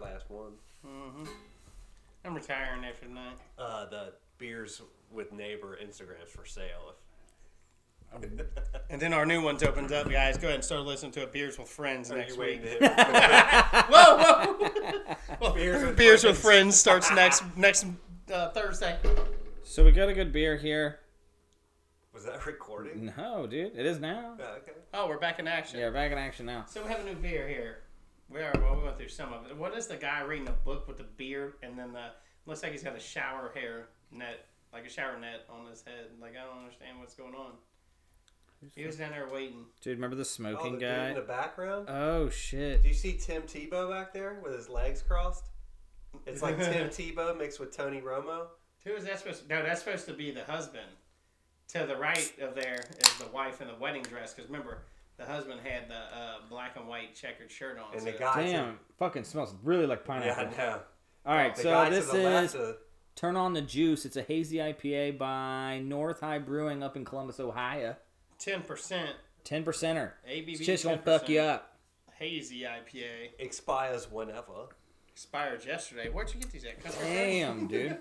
last one. Mm-hmm. I'm retiring after tonight. Uh, the beers with neighbor Instagrams for sale. And then our new ones opens up, guys. Go ahead and start listening to it. Beers with Friends If are next you waiting week. to hit Whoa, whoa! well, Beers Beers, with with, Friends starts next next uh, Thursday. So we got a good beer here. Was that recording? No, dude, it is now. Yeah, okay. Oh, we're back in action. Yeah, we're back in action now. So we have a new beer here. We are. Well, we went through some of it. What is the guy reading a book with the beard and then the looks like he's got a shower hair net, like a shower net on his head. Like I don't understand what's going on. He was down there waiting. Dude, remember the Oh, smoking the dude guy? in the background. Oh shit. Do you see Tim Tebow back there with his legs crossed? It's like Tim Tebow mixed with Tony Romo. Who is that supposed? To, no, that's supposed to be the husband. To the right of there is the wife in the wedding dress. Because remember, the husband had the uh, black and white checkered shirt on. And so- the guy Damn, fucking smells really like To, yeah, I pineapple. know. All right, The so guy this to the left is of- Turn on the Juice. It's a hazy IPA by North High Brewing up in Columbus, Ohio. ten percent Ten percenter. ABV. This shit's gonna 10%, fuck you up. Hazy IPA expires whenever. expired yesterday. Where'd you get these at? Country Fresh? Damn, dude.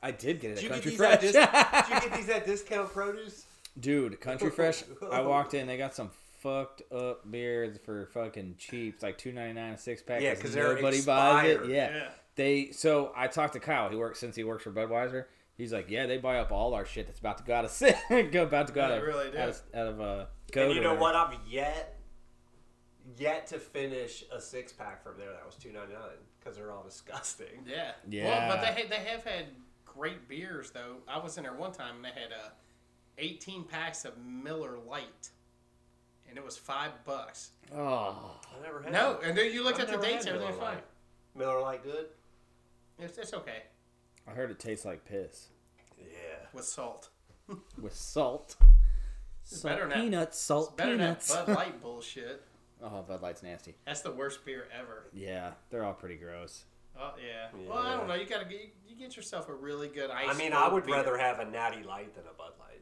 I did get it. Did At you, get Country these at Fresh. dis- did you get these at Discount Produce? Dude, Country Fresh. I walked in. They got some fucked up beers for fucking cheap. It's like two ninety nine a six pack. Yeah, 'cause they're nobody buys it. expired. Yeah. Yeah. they. So I talked to Kyle. He works since he works for Budweiser. He's like, yeah, they buy up all our shit that's about to go out of si- go about to go out They of really do. out of, out of uh. Go And you know what? I've yet yet to finish a six pack from there. That was two ninety nine because they're all disgusting. Yeah. Yeah. Well, but they ha- they have had great beers though. I was in there one time and they had uh, eighteen packs of Miller Light, and it was five bucks. Oh, I never had No, them. and then you looked I've at the never dates, had everything's Miller fine. Lite. Miller Lite good. It's, it's okay I heard it tastes like piss Yeah. with salt. with salt. Salt, better than that- peanuts, It's salt, better peanuts. than that Bud Light bullshit. oh, Bud Light's nasty. That's the worst beer ever. Yeah, they're all pretty gross. Oh yeah. Well, I don't know. You gotta get you get yourself a really good ice. I mean, I cold would beer. rather have a Natty Light than a Bud Light.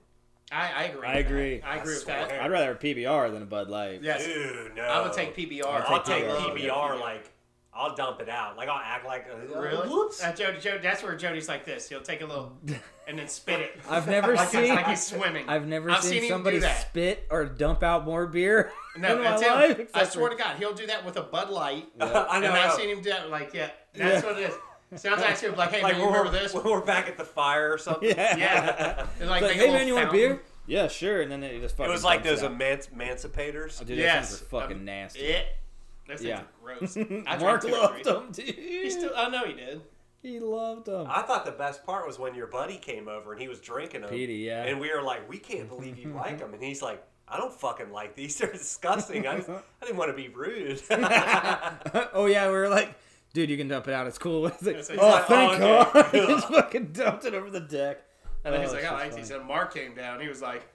I, I agree. with I that. agree. I I agree with swear. that. I'd rather have PBR than a Bud Light. Yes, Dude, no. I would take PBR. I'll I'll take take PBR, PBR. like I'll dump it out. Like I'll act like uh, Really? Whoops. Uh, Jody, Jody, that's where Jody's like this. He'll take a little and then spit it. I've never like, it's seen- like he's swimming. I've never I've seen seen, him somebody do that. spit or dump out more beer No, in my that's him. life. I except swear for- to God, he'll do that with a Bud Light. I know. and I I've know. seen him do that. Like, yeah, that's Yeah. what it is. Sometimes he'll be like, hey, like when man, you we're, remember this? when we're back at the fire or something. Yeah. Yeah. It's like, It's like, make a hey little man, you want a fountain. beer? Yeah, sure. And then it just It fucking. was like dumps those it out. emanci- emancipators. Dude, Yes. those things are fucking Um, nasty. Yeah. Those things Yeah. are gross. I drank Mark two or loved three. them, dude. He still, I know he did. He loved them. I thought the best part was when your buddy came over and he was drinking them. Petey, yeah. And we were like, we can't believe you like them. And he's like, I don't fucking like these. They're disgusting. I, just, I didn't want to be rude. oh yeah, we were like, dude, you can dump it out. It's cool. It's like, It's like, oh, it's thank like, oh, God. okay. just fucking dumped it over the deck. And then Oh, he's like, it's I just like these. funny. And Mark came down. He was like,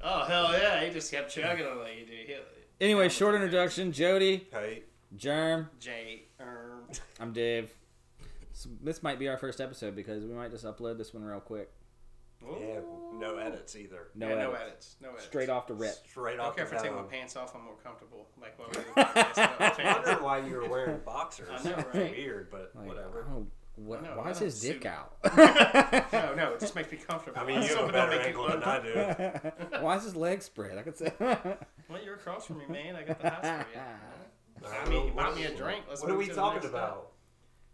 oh, hell yeah. He just kept chugging on like, dude. He, Anyway, short introduction. Jody, hey, Germ, J. Um, I'm Dave. So This might be our first episode because we might just upload this one real quick. yeah, no edits either. No, yeah, no edits. edits. No edits. Straight off the rip. Straight I don't off care if the I take my dome. pants off. I'm more comfortable. Like while we do the podcast. I don't I care. wondered why you were wearing boxers. I know, right? Weird, but Like, whatever. oh, what, No, why is no, his dick super- out? No, no, it just makes me comfortable. I mean, you have a Something don't better make you angle than I comfortable. do. why is his leg spread? I could say. Well, you're across from me, man. I got the house for you. I I mean, you buy me a drink. Let's What are move we to the talking next about?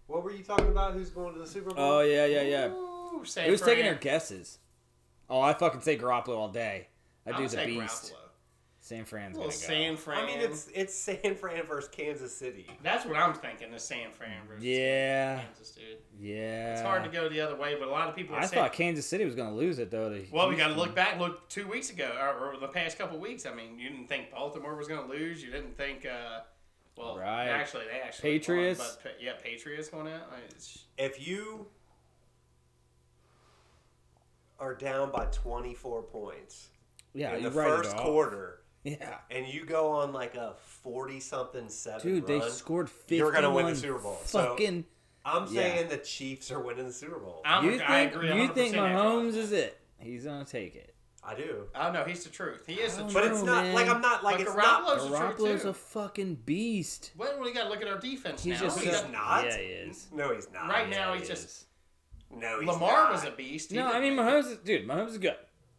What were you talking about? Who's going to the Super Bowl? oh yeah, yeah, yeah. stop. Ooh, say It was a taking prayer. her guesses. Oh, I fucking say Garoppolo all day. That I would dude's a say beast. Garoppolo. San Fran's Well, gonna San Fran. I mean, it's it's San Fran versus Kansas City. that's what I'm thinking. Is San Fran go. versus Yeah, Kansas, dude. yeah. It's hard to go the other way, but a lot of people. Are I saying, thought Kansas City was gonna lose it though. To Well, we got to Houston. look back. Look, two weeks ago, or, or the past couple weeks. I mean, you didn't think Baltimore was going to lose. You didn't think. uh Well, Right. actually, they actually won, Patriots. but pa- yeah, Patriots going out. Like, it's- If you are down by 24 points Yeah, in you the write first it off. quarter, Yeah, and you go on like a 40 something seven dude, they run, scored fifty. You're gonna win the Super Bowl. So- Fucking. I'm yeah. saying the Chiefs are winning the Super Bowl. I'm, you think? I agree. you think 100% after Mahomes that. is it? He's gonna take it. I do. Oh no, he's the truth. He is the I truth. But it's No, not man. like I'm not like But it's not. Garoppolo's the truth Garoppolo's too. a fucking beast. Well, we got to look at our defense He's now. just We he's so- got- not. Yeah, he is. No, he's not. Right now, Yeah, he's he just- is. No, he's Lamar not. was a beast. He No, I didn't mean make it. Mahomes. Is, dude, Mahomes is good.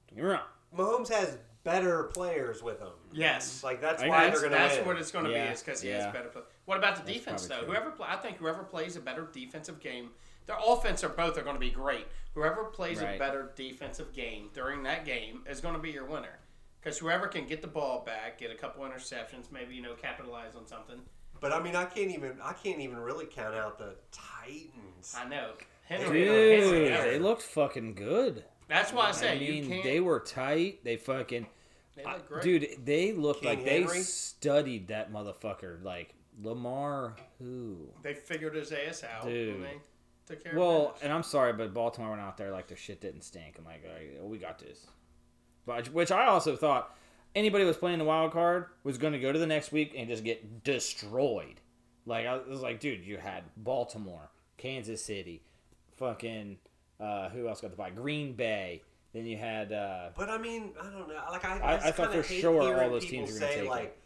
Don't get me wrong. Mahomes has better players with him. Yes. Like that's I why guess they're gonna That's win. what it's going to Yeah, be is because he yeah. is better. Play. What about the That's defense though? probably true. Whoever play, I think whoever plays a better defensive game, their offense are both are going to be great. Whoever plays Right. a better defensive game during that game is going to be your winner. Because whoever can get the ball back, get a couple interceptions, maybe you know capitalize on something. But I mean, I can't even I can't even really count out the Titans. I know. Dude, Henry, Henry, Dude, Henry. they looked fucking good. That's why I say I you mean, can't. they were tight. They fucking they I- look great. dude. They looked King like Henry? they studied that motherfucker. Like Lamar, who? they figured his ass out. Dude. And they took care Well, of and I'm sorry, but Baltimore went out there like their shit didn't stink. I'm like, "Alright, we got this. But which I also thought anybody who was playing the wild card was going to go to the next week and just get destroyed. Like I was like, dude, you had Baltimore, Kansas City, fucking uh, who else got the buy? Green Bay. Then you had uh, But I mean, I don't know. Like I, I- I, I thought thought for for sure all sure all those those teams teams were gonna say take like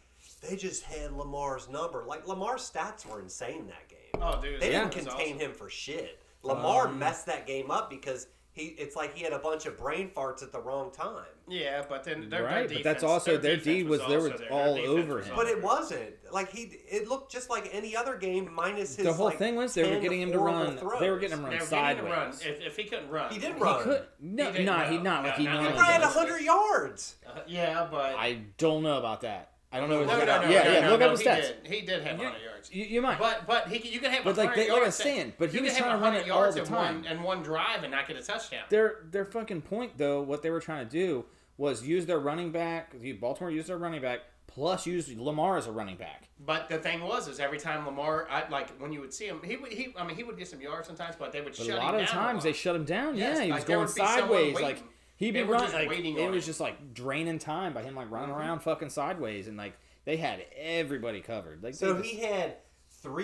they just had Lamar's number. Like Lamar's stats were insane that game. Oh, dude, They that didn't was contain awesome. him for shit. Lamar Um, messed that game up because he. It's like he had a bunch of brain farts at the wrong time. Yeah, but then their, Right, their but defense, that's also- their defense D was- there also was there. all defense over was him. all But it there. wasn't like he. It looked just like any other game, minus his. the whole like, thing was they were 10 getting him to horrible run. They were throws. getting him to They run were getting him sideways. to run. If, if he couldn't run, He did Uh, run. He could no, He didn't no, he run. not like No, He not he normally like ran that. does. hundred yards. yeah, but I don't know about that. I don't know. no, what no, he's no, got. no, yeah, no, yeah. no, look no, up he his stats. Did. He did have You- 100 yards. You, you might. But but he could- you could have But, like, 100 they- like I yards was in- saying, but he you could was have trying to run it 100 all yards the in time. one, in one drive and not get a touchdown. their their fucking point though, what they were trying to do was use their running back. Baltimore used their running back plus use Lamar as a running back. But the thing was, is every time Lamar, I, like when you would see him, he would he I mean he would get some yards sometimes, but they would But shut a lot him of the down times lot. they shut him down. Yes, yeah, he like, was there going would be someone sideways. waiting. Like he'd be They were running. just Like waiting it on Mm-hmm. was him. just like draining time by him like running around fucking sideways and like they had everybody covered. Like So they he had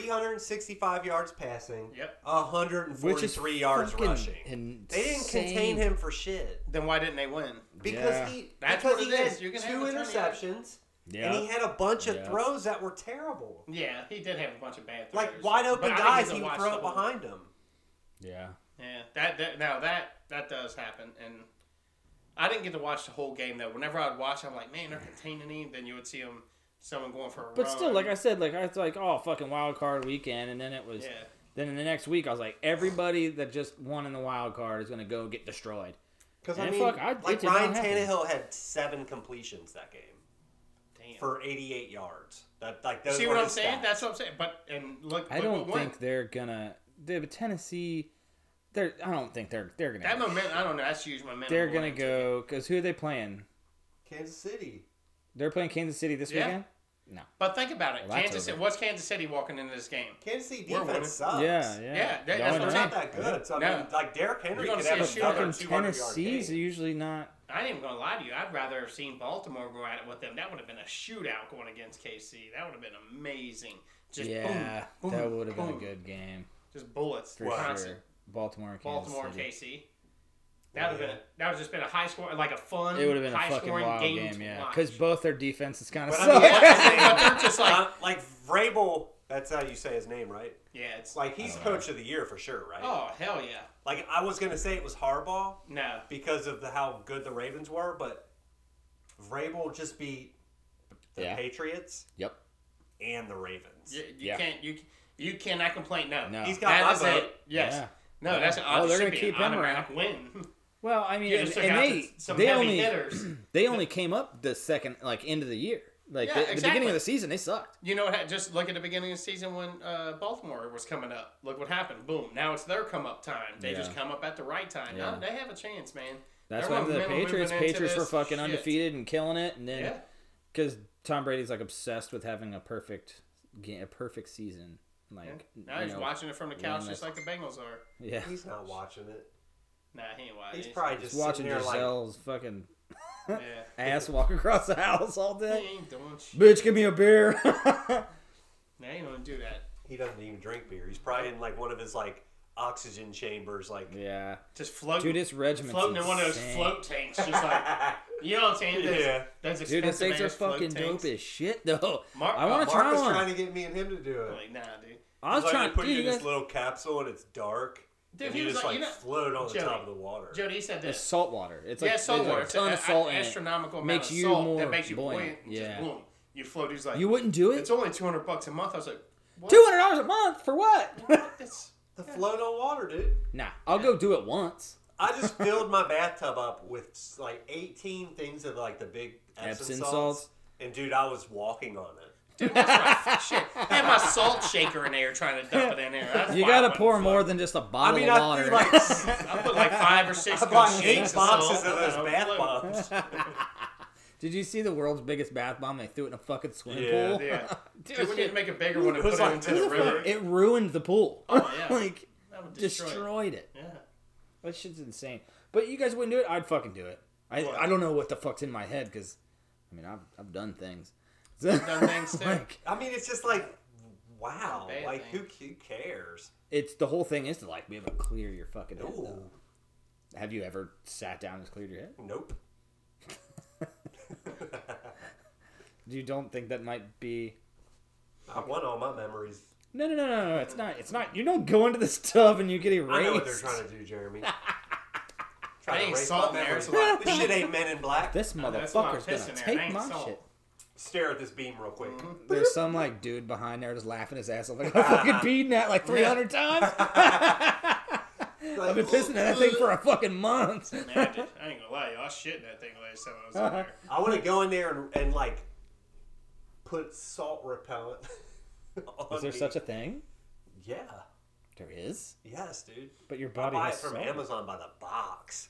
365 yards passing. Yep. 143 yards fucking rushing. insane. They didn't contain him for shit Then why didn't they win? because Yeah. he That's because what he it had is. You can two have a ton of interceptions Yeah. and he had a bunch of Yeah. throws that were terrible. Yeah, he did have a bunch of bad throws. Like wide open But I think guys, he's a he would watch throw it the whole- behind him. yeah. Yeah, that, that now that that does happen, and I didn't get to watch the whole game though. Whenever I'd watch, I'm like, man, they're containing him. Then you would see him, someone going for a But run. still, like I said, like I was like, oh, fucking wild card weekend, and then it was. yeah, Then in the next week, I was like, everybody that just won in the wild card is gonna go get destroyed. Because And I mean, fuck, I- it like did not Ryan happen. Tannehill had seven completions that game damn. for 88 yards. That like those see were what I'm his saying? stats. That's what I'm saying. But and look, I look don't what won. think they're gonna. Dude, but Tennessee, they're. I don't think they're. They're gonna. that moment. I don't know. That's huge momentum. they're going gonna into- go because who are they playing? Kansas City. They're playing Kansas City this Yeah. weekend. But think about it. Well, that's Kansas. over. City, what's Kansas City walking into this game? Kansas City We're winning. defense sucks. Yeah, Yeah, yeah. that- Y'all that's ain't what They're I'm right. not that good. So, I No. mean, like Derrick Henry You're could gonna have see a another shootout. Fucking 200 yard game. Tennessee's usually not. I ain't even gonna lie to you. I'd rather have seen Baltimore go at it with them. That would have been a shootout going against KC. That would have been amazing. Just yeah, boom, boom, that would have been a boom. good game Just bullets. for constant. sure. Baltimore, and Kansas Baltimore, City. KC. That would have Yeah. been that would have just been a high score, like a fun, It would have been high a fucking scoring wild game, game, to yeah. watch. Because both their defenses kind of But I suck. mean, Yeah, but they're just like, Uh, like Vrabel, that's how you say his name, right? yeah, it's Like like, he's coach of the year for sure, right? oh hell yeah, Like I was gonna say it was Harbaugh no, because of the how good the Ravens were, but Vrabel just beat the Yeah. Patriots Yep. and the Ravens. you, you Yeah. can't, you you cannot complain. No, No. He's got my Oh. that is vote. it. Yes, Yeah. no, that's an, Oh, they're they're going gonna to keep keep him him around. around. Win. Well, I mean, You and, just took and out they the- some they heavy only hitters. they only came up the second like end of the year. Like Yeah, the, the beginning exactly. of the season, they sucked. You know, what ha- just look at the beginning of the season when uh, Baltimore was coming up. Look what happened. Boom. Now it's their come up time. They just Yeah. come up at the right time. Yeah. Now they have a chance, man. That's Their why the momentum moving Patriots into Patriots were this, fucking shit. undefeated and killing it, and then Yeah. because Tom Brady's like obsessed with having a perfect game, a perfect season. Like Now you he's know, watching it from the couch win just this- like the Bengals are. Yeah, He's not watching it. Nah, he ain't watching. He's probably just he's watching sitting there Giselle's fucking yeah. ass walk across the house all He day. ain't doing shit. Bitch, give me a beer. Nah, he don't do that. like he doesn't even drink beer. He's probably in like one of his like oxygen chambers, like Yeah, Just float, dude, this regiment's floating in one of those insane. float tanks, just like you know what I'm saying? Those, Yeah. those Dude, those expensive things are ass float fucking tanks. dope as shit, though. Mar- I uh, want to Mark try was one. trying to get me and him to do it. Like, nah, dude. I was like, trying to to put dude, you in you this guys- little capsule and it's dark. Dude, and he you was just like, like you know- float on the Joey. top of the water. Jody said It's this. salt water. It's like yeah, salt there's water. a ton It's of salt an in it. astronomical amount Makes of you salt more that makes you buoyant. buoyant. and Yeah. Just boom, you float. He's like, You wouldn't do it. it's only 200 bucks a month. I was like, what? Two hundred dollars a month for what? What? That's The float on water, dude. nah, I'll go do it once. I just filled my bathtub up with like 18 things of like the big Epsom, Epsom salts. salts. And dude, I was walking on it. dude. That's my shit. I had my salt shaker in there trying to dump it in there. That's You why I gotta wouldn't pour float. more than just a I bottle mean, of I water. threw like I put like five or six. I bought good eight shakes boxes of salt. those I was bath floating. bombs. Did you see the world's biggest bath bomb? They threw it in a fucking swimming Yeah, pool. Yeah. Dude, Dude, we need to make a bigger one and It was put it like, into who the the fuck- river. it ruined the pool. Oh, yeah. like That would destroy. it. destroyed it. Yeah. That shit's insane. But you guys wouldn't do it. I'd fucking do it. I, What? I don't know what the fuck's in my head because, I mean, I've, I've done things. done things too. Like, I mean, it's just like, wow. Bad Like, who, thing. who cares? it's the whole thing is to like be able to clear your fucking head. Ooh, though. Have you ever sat down and cleared your head? nope. You don't think that might be? I want all my memories. No, no, no, no, no. It's not. It's not. You don't go into this tub and you get erased. I know what they're trying to do, Jeremy. I trying to ain't erase salt my in there. memory. It's a lot. This shit ain't Men in Black. This that's why I'm motherfucker's gonna pissing there. I take ain't my salt. shit. Stare at this beam real quick. There's some like dude behind there just laughing his ass off. Like I fucking peed in that like 300 times. I've been pissing in that thing for a fucking month. Man, I, did- I ain't gonna lie, y'all shit in that thing last time I was in there. I want to go in there and, and like put salt repellent. on Is there me. such a thing? Yeah. There is, Yes, dude. but your I body buy it has from salt. Amazon by the box.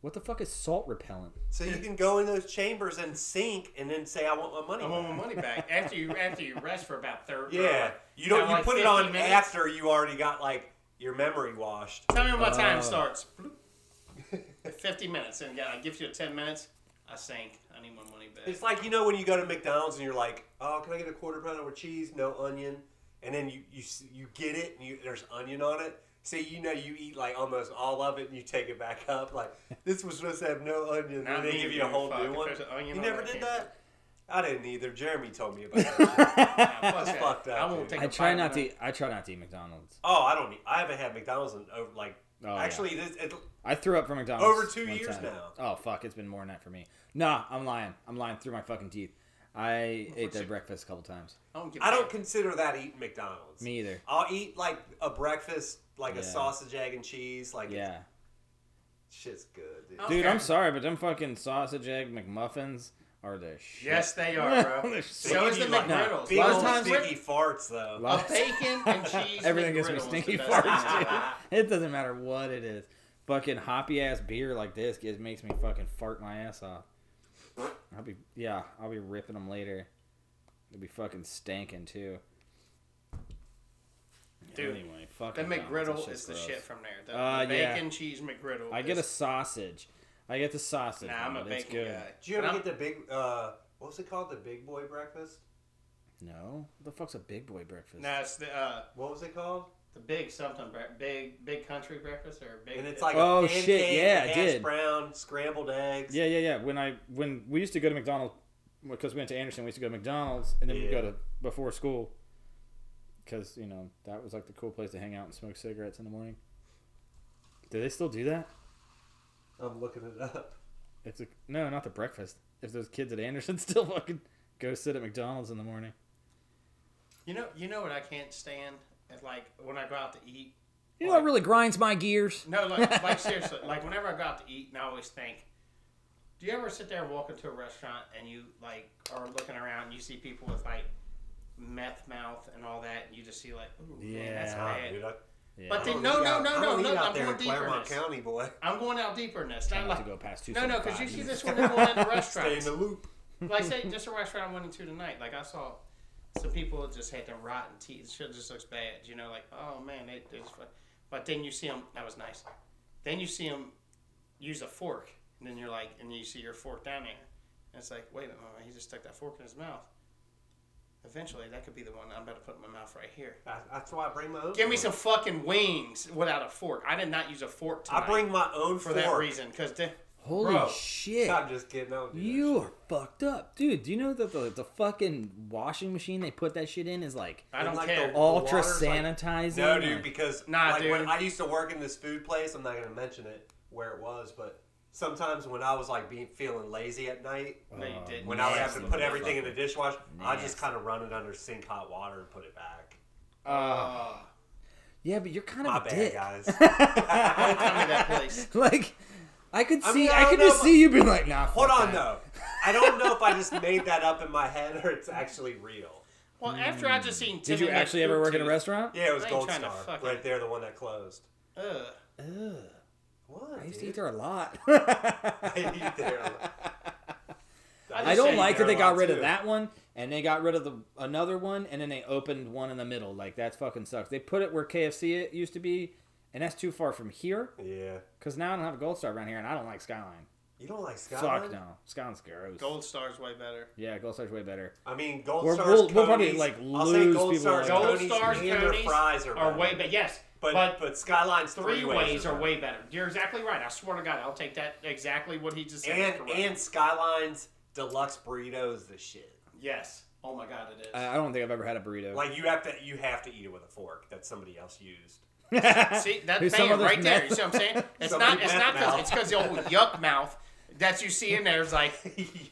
What the fuck is salt repellent? So you can go in those chambers and sink, and then say, "I want my money." I want back." my money back after you after you rest for about thirty. Yeah, you don't. You Kinda like put it 50 on minutes. after you already got like your memory washed. Tell me when my Oh. Uh. time starts. Bloop. Fifty minutes, and yeah, I give you ten minutes. I sank. I need my money back. It's like you know when you go to McDonald's and you're like, "Oh, can I get a quarter pounder with cheese, no onion?" And then you you s- you get it, and you, there's onion on it. So you know you eat like almost all of it, and you take it back up. Like this was supposed to have no onion, Not and they me, give you a dude. whole Fuck, new if one. there's an onion You on it, never I did can't that. I didn't either. Jeremy told me about that. Nah, fuck It's that. fucked up, I won't dude. take. I a try bite not of to. that. Eat, I try not to eat McDonald's. oh, I don't. I haven't had McDonald's in over like Oh, yeah. actually this it, I threw up for McDonald's Over two one years time. now. Oh fuck, it's been more than that for me. Nah, I'm lying. I'm lying through my fucking teeth. I ate their you- breakfast a couple times. I don't. Give a I don't damn. consider that eating McDonald's. Me either. I'll eat like a breakfast, like Yeah. a sausage, egg, and cheese. Like yeah. Yeah, shit's good, dude. Oh. dude, Okay. I'm sorry, but them fucking sausage egg McMuffins are the shit. Yes, they are, bro. They're They So give is the you, like, McGriddles. Big A lot of old times- stinky farts though. Lot- A bacon and cheese. Everything is gives me stinky farts, dude. It doesn't matter what it is. Fucking hoppy ass beer like this gives makes me fucking fart my ass off. I'll be yeah, I'll be ripping them later. They'll be fucking stinking too. Dude, anyway, fucking The McGriddle McGriddle is the shit from there. The, Uh, the yeah. bacon cheese McGriddle. I get a is- sausage. I get the sausage. Nah, I'm one, a but it's bacon good. guy. Did you ever But I'm- get the big? Uh, what was it called? The big boy breakfast? No, what the fuck's a big boy breakfast? Nah, it's the uh, What was it called? the big something, bre- big big country breakfast or big. And it's like Oh, a shit, pancake, yeah, I hash did. brown, scrambled eggs. Yeah, yeah, yeah. When I when we used to go to McDonald's because we went to Anderson, we used to go to McDonald's and then we'd go Yeah. to before school because you know that was like the cool place to hang out and smoke cigarettes in the morning. Do they still do that? I'm looking it up. It's a no, not the breakfast. If those kids at Anderson still fucking go sit at McDonald's in the morning, you know you know what I can't stand. It's like when I go out to eat. you know what really grinds my gears? No, like, like seriously, like whenever I go out to eat, and I always think, do you ever sit there and walk into a restaurant and you like are looking around and you see people with like meth mouth and all that, and you just see like, ooh, man, that's Yeah. Ah, bad. dude, I, Yeah. But I then don't no, eat no, out- no, I no, don't no, eat out I'm there going in deeper in Claremont this. County, boy. I'm going out deeper in this. Try Not not like, to go past two. no, no, because you see this when they're going into Stay in restaurants. the loop. like say just a restaurant I went into tonight. Like I saw some people just had their rotten teeth. Shit just looks bad. You know, like oh man, they, they just, but then you see them. That was nice. Then you see them use a fork, and then you're like, and you see your fork down there, and it's like, wait a minute, he just stuck that fork in his mouth. Eventually, that could be the one I'm about to put in my mouth right here. I, that's why I bring my own. Give me fork. some fucking wings without a fork. I did not use a fork tonight I bring my own for fork. that reason because Holy Bro, shit. I'm just kidding. I don't do that You shit. are fucked up, dude. Do you know that the, the fucking washing machine they put that shit in is like I don't like the- care. ultra water's like- sanitizing? No, dude, because Nah, like, When dude. I used to work in this food place. I'm not gonna mention it where it was, but sometimes when I was like being feeling lazy at night, no, you didn't. Uh, when I would have to Nasty put everything in the motherfucker. dishwasher, I just Nasty. kind of run it under sink hot water and put it back. Uh, yeah, but you're kind of My a bad, dick. guys. don't tell me that place. like, I could see, I I, mean, I don't could know just if- see you being like, nah. fuck Hold on that. though. I don't know if I just made that up in my head or it's actually real. Well, after I just seen Timmy Mm. Did you actually ever work in a restaurant? Yeah, it was I ain't Gold trying to Star fuck right it. there, the one that closed. Ugh. Ugh, What? I used to dude? eat there a lot. I eat there. I don't eat like there that they a got lot, rid of too. that one and they got rid of the another one and then they opened one in the middle. Like that's fucking sucks. They put it where KFC it used to be, and that's too far from here Yeah. because now I don't have a gold star around here and I don't like Skyline. You don't like Skyline? Fuck no, Skyline's gross. Gold Star's way better. Yeah, gold star's way better. I mean, Gold We're- Stars. we'll- we'll probably, Conies- like, I'll say lose Gold people Stars. like that. Gold Conies Stars, and their Conies fries are, Or better. way, but yes, but, but Skyline's three ways are better. way better. You're exactly right. I swear to God, I'll take that exactly what he just said. is and correct. and Skyline's deluxe burrito is the shit. yes, oh my God, it is. I I don't think I've ever had a burrito. Like you have to you have to eat it with a fork that somebody else used. See that band There's some other right there. You meth- see what I'm saying? It's Somebody not. It's meth not because mouth. it's because the old yuck mouth that you see in there is like,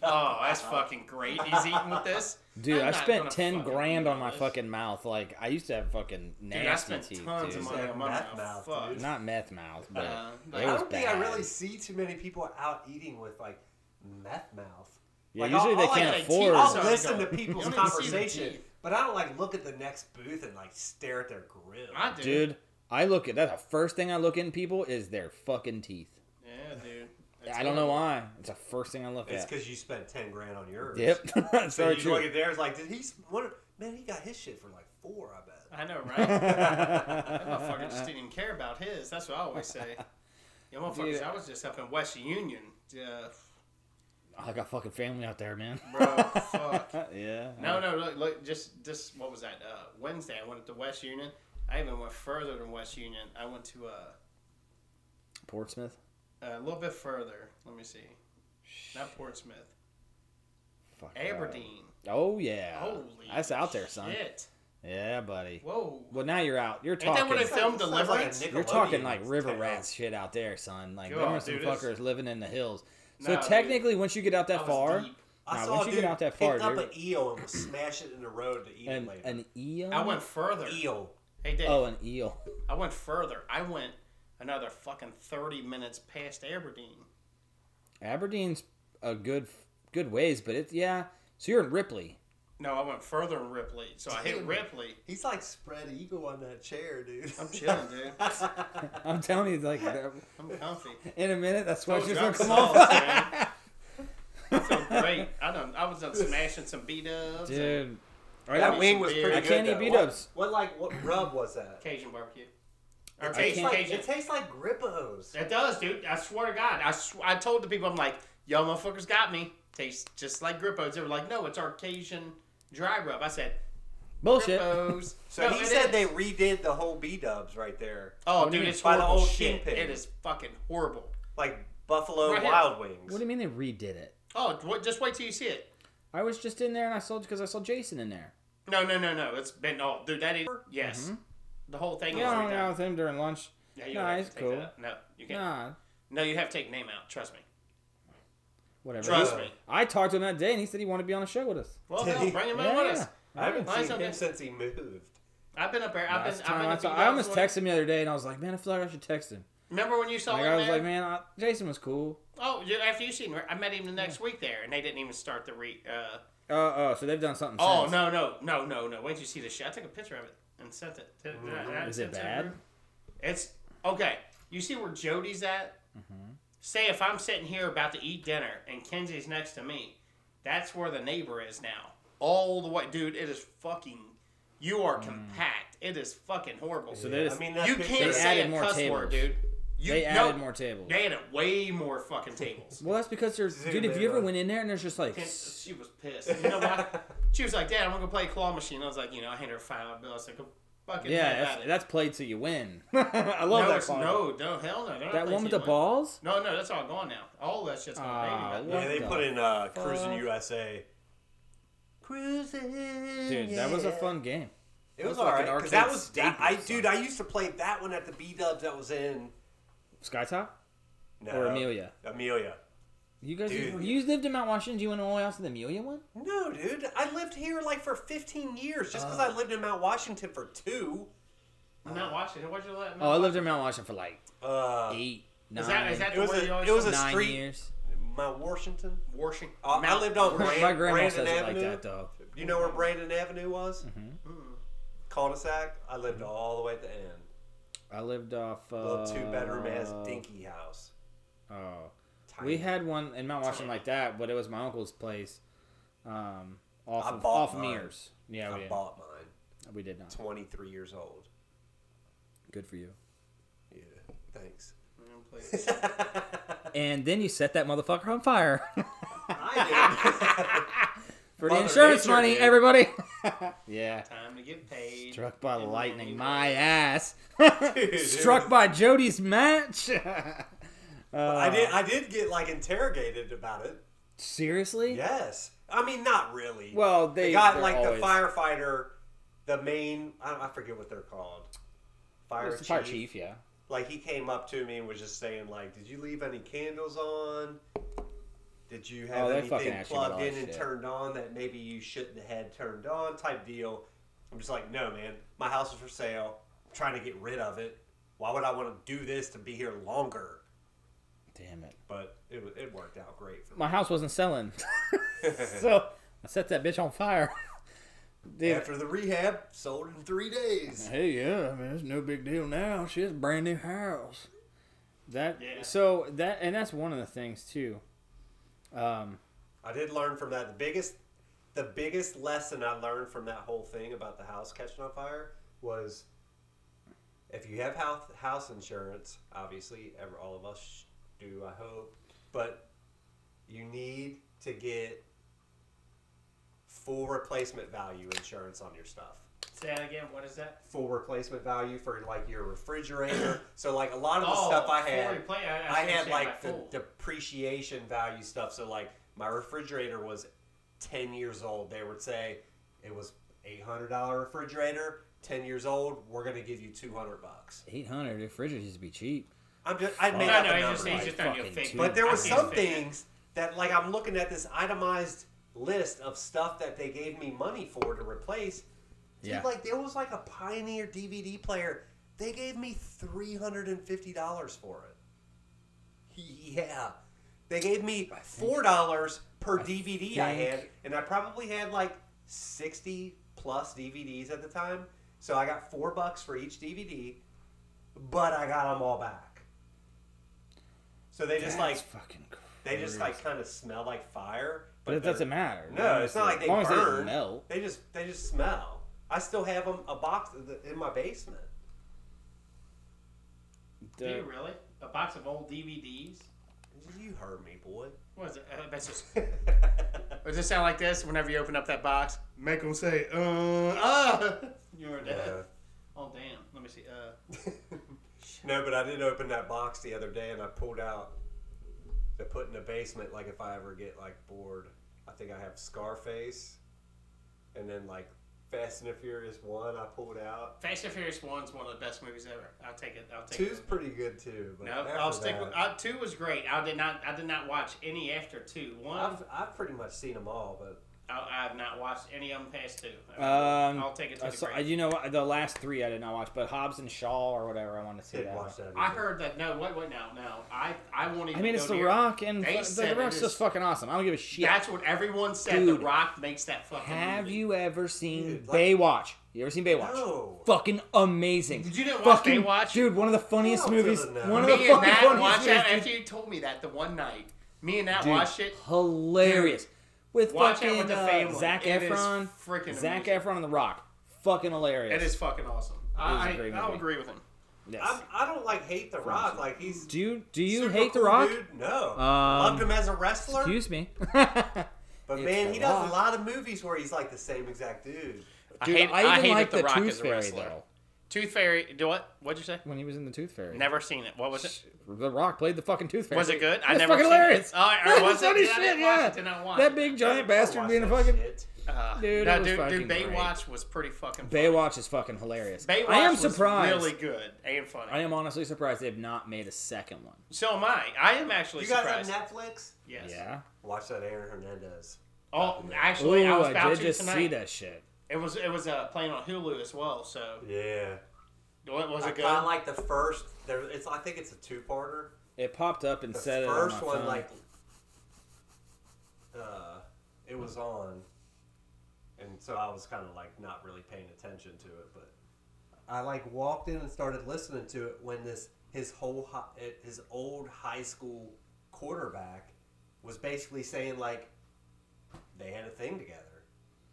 oh, that's fucking great. He's eating with this. Dude, I'm i not spent gonna ten fucking grand on eat my this. fucking mouth. Like I used to have fucking Dude, I nasty spent teeth. tons dude. of money Like on my meth mouth. mouth, Fuck. dude. Not meth mouth, but Uh, it like- I was don't bad. think I really see too many people out eating with like meth mouth. yeah, like, usually I'll- they I'll can't like a afford. teeth- I'll Sorry, listen go. to people's You don't even see the conversation, teeth. but I don't like look at the next booth and like stare at their grill. I do. Dude, I look at that. The first thing I look in people is their fucking teeth. Yeah, dude. I don't know why. It's the first thing I look It's at. because you spent ten grand on yours. Yep. That's So very you look true. at theirs like, did he? What, man, he got his shit for like four. I bet. I know, right? That motherfucker just didn't even care about his. That's what I always say. You motherfuckers, Dude. I was just up in West Union. Uh, I got fucking family out there, man. bro, fuck. yeah. No, no, look, look, just, just what was that? Uh, Wednesday, I went up to West Union. I even went further than West Union. I went to uh, Portsmouth. a little bit further. Let me see. Not Portsmouth. Fuck that. Aberdeen. Oh yeah. Holy. That's out there, son. Shit. Yeah, buddy. Whoa. Well, now you're out. You're Ain't talking. that where they filmed Sounds like a Deliverance? Nickelodeon You're talking like river town. rats shit out there, son. Like God, there are some dude, it's- fuckers living in the hills. So Nah, dude. technically, once you get out That that was far, deep. I Nah, saw once a you dude get out that far, pick up dude. an eel and smash it in the road to eat an, it later. an eel. I went further. eel. Hey, Dave. Oh, an eel. I went further. I went another fucking 30 minutes past Aberdeen. Aberdeen's a good good ways, but it's yeah. So you're in Ripley. No, I went further in Ripley. So I hit Dude. Ripley. He's like spread eagle on that chair, dude. I'm chilling, dude. I'm telling you, like there- I'm comfy. in a minute, that sweatshirt's I'm gonna come soft, off. man. I feel great. I done. I was done smashing some beat ups. and Dude, that need wing some was beer. pretty I good. can't eat though. beat-ups. What, what like what rub was that? Cajun barbecue. Or It tastes Cajun, can't- like, Cajun. it tastes like Grippo's. It does, dude. I swear to God. I, sw- I told the people, I'm like, yo, motherfuckers got me. Tastes just like Grippo's. They were like, no, it's our Cajun dry rub. I said, bullshit. Grippo's. So No, he it said is. they redid the whole B Dubs right there, Oh, What do you dude, mean? it's By the horrible old shit. kingpin. It is fucking horrible. like Buffalo Right here. Wild Wings. What do you mean they redid it? Oh, wait, just wait till you see it. I was just in there and I saw because I saw Jason in there. No, no, no, no. It's been oh, dude, that is yes. The whole thing Yeah, I is hung out redone. with him during lunch. Yeah, you Nah, have it's to take cool. that out. No, you can't. Nah, No, you have to take name out. Trust me. whatever. Trust Yeah. me. I talked to him that day and he said he wanted to be on a show with us. Well, Did no, he? bring him Yeah. out with us. I haven't Mine's seen okay. him since he moved. I've been up there. I've Last been. I've time been I, to saw, Beatles I almost with- texted him the other day and I was like, man, I feel like I should text him. Remember when you saw Like, him I was there? like, man, I, Jason was cool. oh, yeah, after you seen, her, I met him the next week there, and they didn't even start the re. Uh, Uh, oh, so they've done something. oh since. no, no, no, no, no! Wait, till you see the shit. I took a picture of it and sent it. To, Mm-hmm. I- I Is sent it to the bad? group. It's okay. You see where Jody's at? Mm-hmm. Say if I'm sitting here about to eat dinner and Kenzie's next to me, that's where the neighbor is now. All the way, dude. It is fucking. You are compact. It is fucking horrible. Mm. So they just I mean, that you picture- can't They say added a more cuss tables. word, dude. You, they no, added more tables. They added way more fucking tables. well, that's because there's Zoom dude. If you in ever on- went in there and there's just like And she was pissed. You know why? She was like, "Dad, I'm gonna go play claw machine." I was like, "You know, I handed her a five dollar bill. I said, go fucking yeah, have that's, at it." that's played till you win. I love no, that. it's- song. no, no, hell no. they're not that playing one with to the you. balls. No, no, that's all gone now. All that shit's gone. They Ah, ain't got what? Yeah, nothing. they the put in uh, Cruising fuck? USA. Cruising. Dude, that was a fun game. It was that was like alright an because that arcade was that, I staple dude. I used to play that one at the B Dubs. That was in Skytop no, or Amelia. Amelia. You guys, Dude. you lived in Mount Washington. You went all the way out to the Amelia one. No, dude. I lived here like for 15 years just Uh. because I lived in Mount Washington for two. I'm not watching it. What's your last? Oh, I lived in Mount Washington for like Uh, eight, nine, Is that is that It the was one a- you always it was a talk nine street- years. Mount Washington. about? washing? Uh, I Mount- lived on Brand, My grandma Brandon says it Avenue. like that though. Mm-hmm. You know where Brandon Avenue was? Mm-hmm. Cul-de-sac. I lived all the way at the end. I lived off uh, Little two-bedroom ass dinky house. Oh, Tiny. Uh, we had one in Mount Washington like that, but it was my uncle's place. Um, off I of, bought off mine. Mears. Yeah, we I did. bought mine. we did not. 23 years old. Good for you. Yeah. Thanks. And then you set that motherfucker on fire I did. for the Mother insurance Nature money, did. everybody. yeah. Time to get paid. Struck by And then you lightning, know, my ass. it Struck was- by Jody's match. Uh, I did. I did get like interrogated about it. Seriously? Yes. I mean, not really. Well, they, they got they're like always, the firefighter, the main. I, I forget what they're called. Fire It's the chief. fire chief. Yeah. Like he came up to me and was just saying, like, "Did you leave any candles on? Did you have Oh, they fucking anything ask you about plugged all in that and shit. turned on that maybe you shouldn't have had turned on?" Type deal. I'm just like, "No, man. My house is for sale. I'm trying to get rid of it. Why would I want to do this to be here longer?" Damn it. But it, wa- it worked out great for me. My house wasn't selling, so I set that bitch on fire. Dude, After the rehab, sold in three days. Hey, yeah, I mean, it's no big deal now. She has a brand new house. That Yeah. so that and that's one of the things too. Um, I did learn from that. The biggest, the biggest lesson I learned from that whole thing about the house catching on fire was, if you have house house insurance, obviously, ever all of us do, I hope, but you need to get full replacement value insurance on your stuff. Say that again. What is that? Full replacement value for like your refrigerator. so like a lot of the Oh, stuff I full had. replay- I, I had like the full. depreciation value stuff. So like my refrigerator was ten years old. They would say it was eight hundred dollar refrigerator. Ten years old, we're gonna give you two hundred bucks. eight hundred. Refrigerators used to be cheap. I'm just I Fuck. made no, up no, a he's number. just, he's like just trying to get fucking fake. two. but there I were can't some fake it. things that like I'm looking at this itemized list of stuff that they gave me money for to replace. Dude, Yeah. like there was like a Pioneer DVD player. They gave me three hundred and fifty dollars for it. Yeah, they gave me four dollars per DVD I had, think- and I probably had like sixty plus DVDs at the time. So I got four bucks for each DVD, but I got them all back. So they just like That's fucking. they just like crazy. kind of smell like fire. But it they're- doesn't matter. No, it's not like they as long as burn. They melt. They just they just smell. I still have them a box of the- in my basement. Do you really? A box of old DVDs? You heard me, boy. What is it? Uh, that's just. Does it sound like this whenever you open up that box? Make them say, uh, ah! You're dead. Yeah. Oh, damn. Let me see. Uh, no, but I did open that box the other day, and I pulled out to put in the basement. Like if I ever get like bored, I think I have Scarface, and then like Fast and the Furious One. I pulled out. Fast and Furious One's one of the best movies ever. I'll take it. I'll take Two's it. pretty good too. But No, after I'll stick that- with uh, two. Was great. I did not. I did not watch any after two. One, I've, I've I've pretty much seen them all, but I, I've not watched any of them past two. Um, I'll take it to I the saw- grave. you know what? The last three I did not watch, but Hobbs and Shaw or whatever I want to see did that. watch that. I either. heard that. No, wait, wait, now, now. I, I won't even. I mean, it's go The near- Rock, and They fu- said The it Rock's is- just fucking awesome. I don't give a shit. That's what everyone said. Dude. the Rock makes that fucking. Have movie. you ever seen Dude, like- Baywatch? You ever seen Baywatch? No. Fucking amazing. Did you not watch fucking, Baywatch? Dude, one of the funniest Hell to movies. the no. One of Me the and fucking Matt funniest watched movies. that dude. after you told me that the one night. Me and Matt Dude, watched it. Hilarious. with Watch fucking it with the uh, family. Zac It is Efron. freaking Zac amazing. Efron and The Rock. Fucking hilarious. It is fucking awesome. is a I, great I, I'll movie. agree with him. Yes. I'm, I don't like hate The Rock. Like he's. Do you do you super hate The cool Rock? Dude. No. Um, Loved him as a wrestler. Excuse me. But It's man, The he does Rock. a lot of movies where he's like the same exact dude. I Dude, hate, I even hated like The the Rock Tooth as a Fairy, wrestler. though. Tooth Fairy. Do what? What'd you say? when he was in the Tooth Fairy. Never seen it. What was it? The Rock played the fucking Tooth Fairy. Was it good? I That's never fucking seen it. hilarious. Oh, I- I That was wasn't- funny yeah, I shit, didn't watch yeah. it, did not watch that it. big giant Never bastard watched being a that fucking shit. Uh, Dude, it no, was dude, dude, fucking Baywatch was pretty fucking. Funny. Baywatch is fucking hilarious. Baywatch I am was surprised. Really good and funny. I am honestly surprised they've not made a second one. so am I. I am actually You guys surprised. have Netflix? yes. Yeah. Watch that Aaron Hernandez. Oh, Ooh, actually, I was I, about did to just tonight. see that shit. It was it was uh, playing on Hulu as well. So Yeah. what was I it good? kind of like the first. There, it's. I think it's a two-parter. It popped up and The said it on first my one, phone. like, uh, it was on, and so I was kind of like not really paying attention to it, but I like walked in and started listening to it when this his whole hi- it- his old high school quarterback was basically saying like they had a thing together,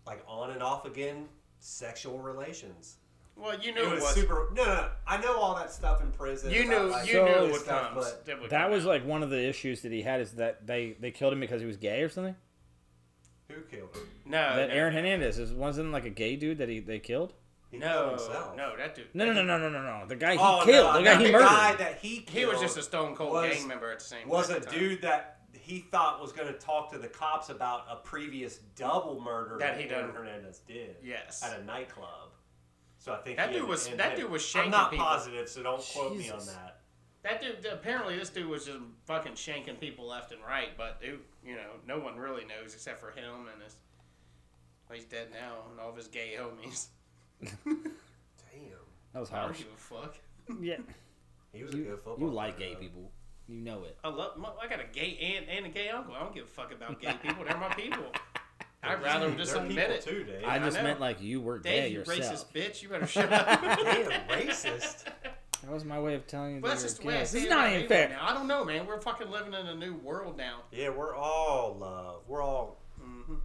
like on and off again sexual relations. well, you knew It was super. No, no, I know all that stuff in prison. You about, knew like, you So- knew all it this would stuff, come. but- would that come was out. like one of the issues that he had is that they they killed him because he was gay or something. who killed him? no that Oh, no, Aaron Hernandez is wasn't like a gay dude that he they killed. He killed No, himself. no, that dude. No, no, no, no, no, no, no. The guy he Oh, killed. no, the guy no, he the murdered. guy that he killed He was just a stone cold was- gang member at the same. was a time. dude that he thought was going to talk to the cops about a previous double murder That he Aaron done. Hernandez did. Yes. at a nightclub. So I think That he dude had- was- and that him. dude was I'm shanking not people. positive, so don't quote me on Jesus. that. That dude. Apparently, this dude was just fucking shanking people left and right. But dude, you know, no one really knows except for him and his. Well, he's dead now, and all of his gay homies. Damn, That was I don't harsh. give a fuck. Yeah. he was a You, good football. you like player, gay though. people. You know it. I love. my- I got a gay aunt and a gay uncle. I don't give a fuck about gay people. They're my people. I'd rather just They're admit people it. too, Dave. I I just know. meant like you were Dave, gay you yourself. racist bitch. You better shut up. Damn, racist. That was my way of telling you Well, that that's just you the were way gay. I This see is it not about even people fair. Now. I don't know, man. We're fucking living in a new world now. Yeah, we're all love. We're all Mhm.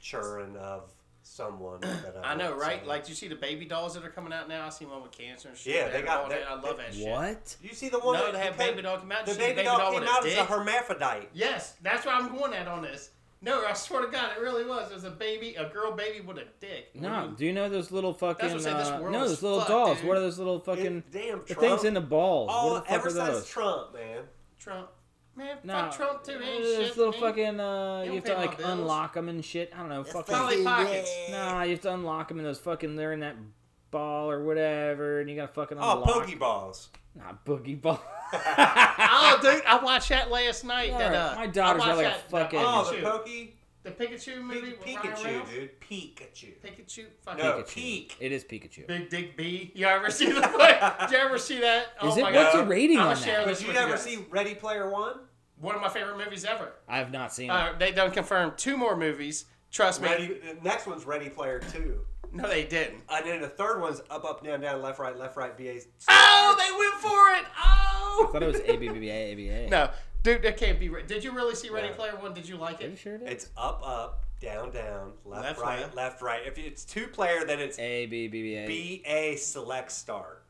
churning of someone. That I know, won't right? say. Like, you see the baby dolls that are coming out now. I see one with cancer and shit. Yeah, they had got- all they- that. I love that shit. What? you see the one No, that they have came- baby doll come out. The you see baby, doll, with came out his as a dick? hermaphrodite. Yes, that's where I'm going at on this. No, I swear to God, it really was. It was a baby, a girl baby with a dick. No, do you know those little fucking? what I'm saying, this uh, world no, is those little fucked, dolls. dude. What are those little fucking? It- damn, the Trump. things in the balls. Oh, what the fuck ever are since those? Trump, man. Trump. Man, no, fuck Trump too. Ain't those shit to little me. fucking. Uh, He you don't have to pay my like bills. unlock them and shit. I don't know. Fucking. Polly Pockets. Nah, you have to unlock them and those fucking. They're in that ball or whatever, and you gotta fucking Oh, unlock. Pokeballs. Nah, boogie ball. Oh, dude, I watched that last night. Yeah, that, uh, my daughter's I got watched like a that- fucking- Oh, The the Poke Pikachu, the Pikachu movie with Ryan Pikachu, Reynolds. dude. Pikachu. Pikachu. Fucking No. Pikachu. Peak. It is Pikachu. Big Dick B. You ever see the play? Did you ever see that? Oh Is my it? What's God. the rating I'ma on share that? this Did you with ever guys. see Ready Player One? one of my favorite movies ever? I have not seen it. Uh, they done confirmed two more movies. Trust me. Ready. The next one's Ready Player Two, No, they didn't. and then the third one's Up, Up, Down, Down, Left, Right, Left, Right. BA. Oh, they went for it. I thought Oh. it was ABBA ABA. No, dude, that can't be. Re- Did you really see Ready No. Player One? Did you like Are you it? sure it is? It's up, up, down, down, left, Left, right, left. left, right. If it's two player, then it's ABBA. BA select start.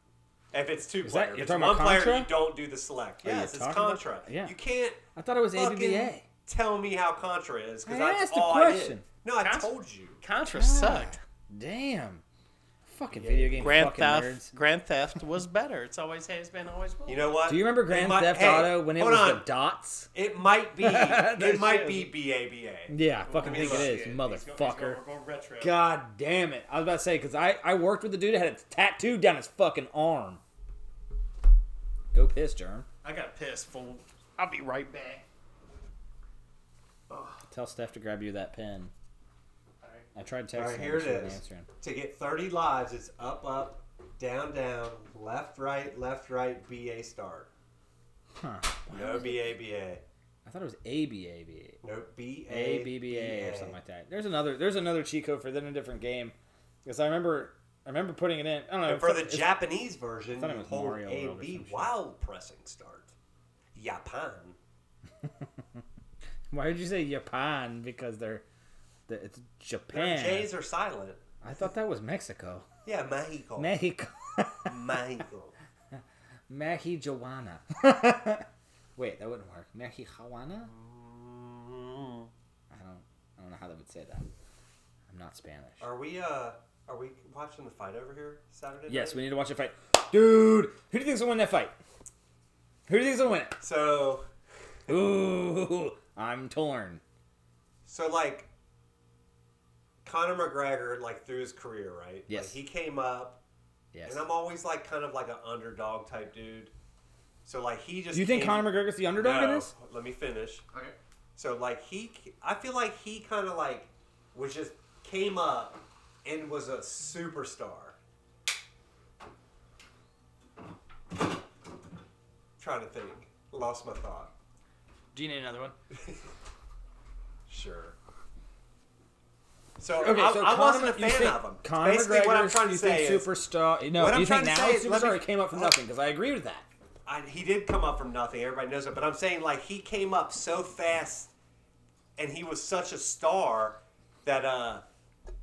If it's two Is that- player, if you're it's talking one about player, Contra? you don't do the select. Are you Yes, it's talking about- Contra. yeah. You can't I thought it was fucking ABBA. tell me how Contra is because I that's asked a all I did. question. No, I Contra- told you. Ah. Contra Damn. Fucking video game Grand fucking Theft. nerds. Grand Theft was better. It's always has been, always will. You know what? Do you remember It Grand might- Theft hey, Auto when it hold was on. the dots? It might be. it That might shit be BABA. Yeah, I fucking think it is, Shit, he's go- he's go- motherfucker. we're going retro. God damn it. I was about to say, because I, I worked with a dude that had a tattoo down his fucking arm. Go piss, Germ. I got pissed, fool. I'll be right back. Tell Steph to grab you that pen. Alright. I tried texting Alright, him. here she it wasn't is. answering. To get 30 lives, it's up, up, down, down, left, right, left, right, BA start. Huh. No BABA. I thought it was ABABA. No BA. ABBA or something like that. There's another there's another cheat code for that in a different game. Because I remember I remember putting it in. I don't know. And for the it's- Japanese version, thought it you was hold Mario World or some AB shit. while pressing start. Japan. Why did you say Japan? Because they're, the- it's Their Japan. J's are silent. I thought that was Mexico. Oh. Yeah, Mexico. Mexico. Mexico. Marijuana. Wait, that wouldn't work. Marijuana? Mm. I don't. I don't know how they would say that. I'm not Spanish. Are we uh are we watching the fight over here Saturday? Yes, night? we need to watch a fight, dude. Who do you think's gonna win that fight? Who do you think's gonna win it? So Ooh, I'm torn. so like Conor McGregor like through his career, right? Yes. Like, he came up Yes. and I'm always like kind of like an underdog type dude. So like he just Do you think came- Conor McGregor's the underdog in No, this? Let me finish. Okay. So like he, I feel like he kind of like was just came up and was a superstar. Trying to think, lost my thought. Do you need another one? Sure. So, Okay, I, so I Conor- wasn't a you fan think of him. Conor Basically, what I'm McGregor's- trying to you say think is, superstar. No, what I'm you trying think to now say is- let superstar me- came up from nothing because I agree with that. I, he did come up from nothing. Everybody knows it, but I'm saying like he came up so fast, and he was such a star that uh,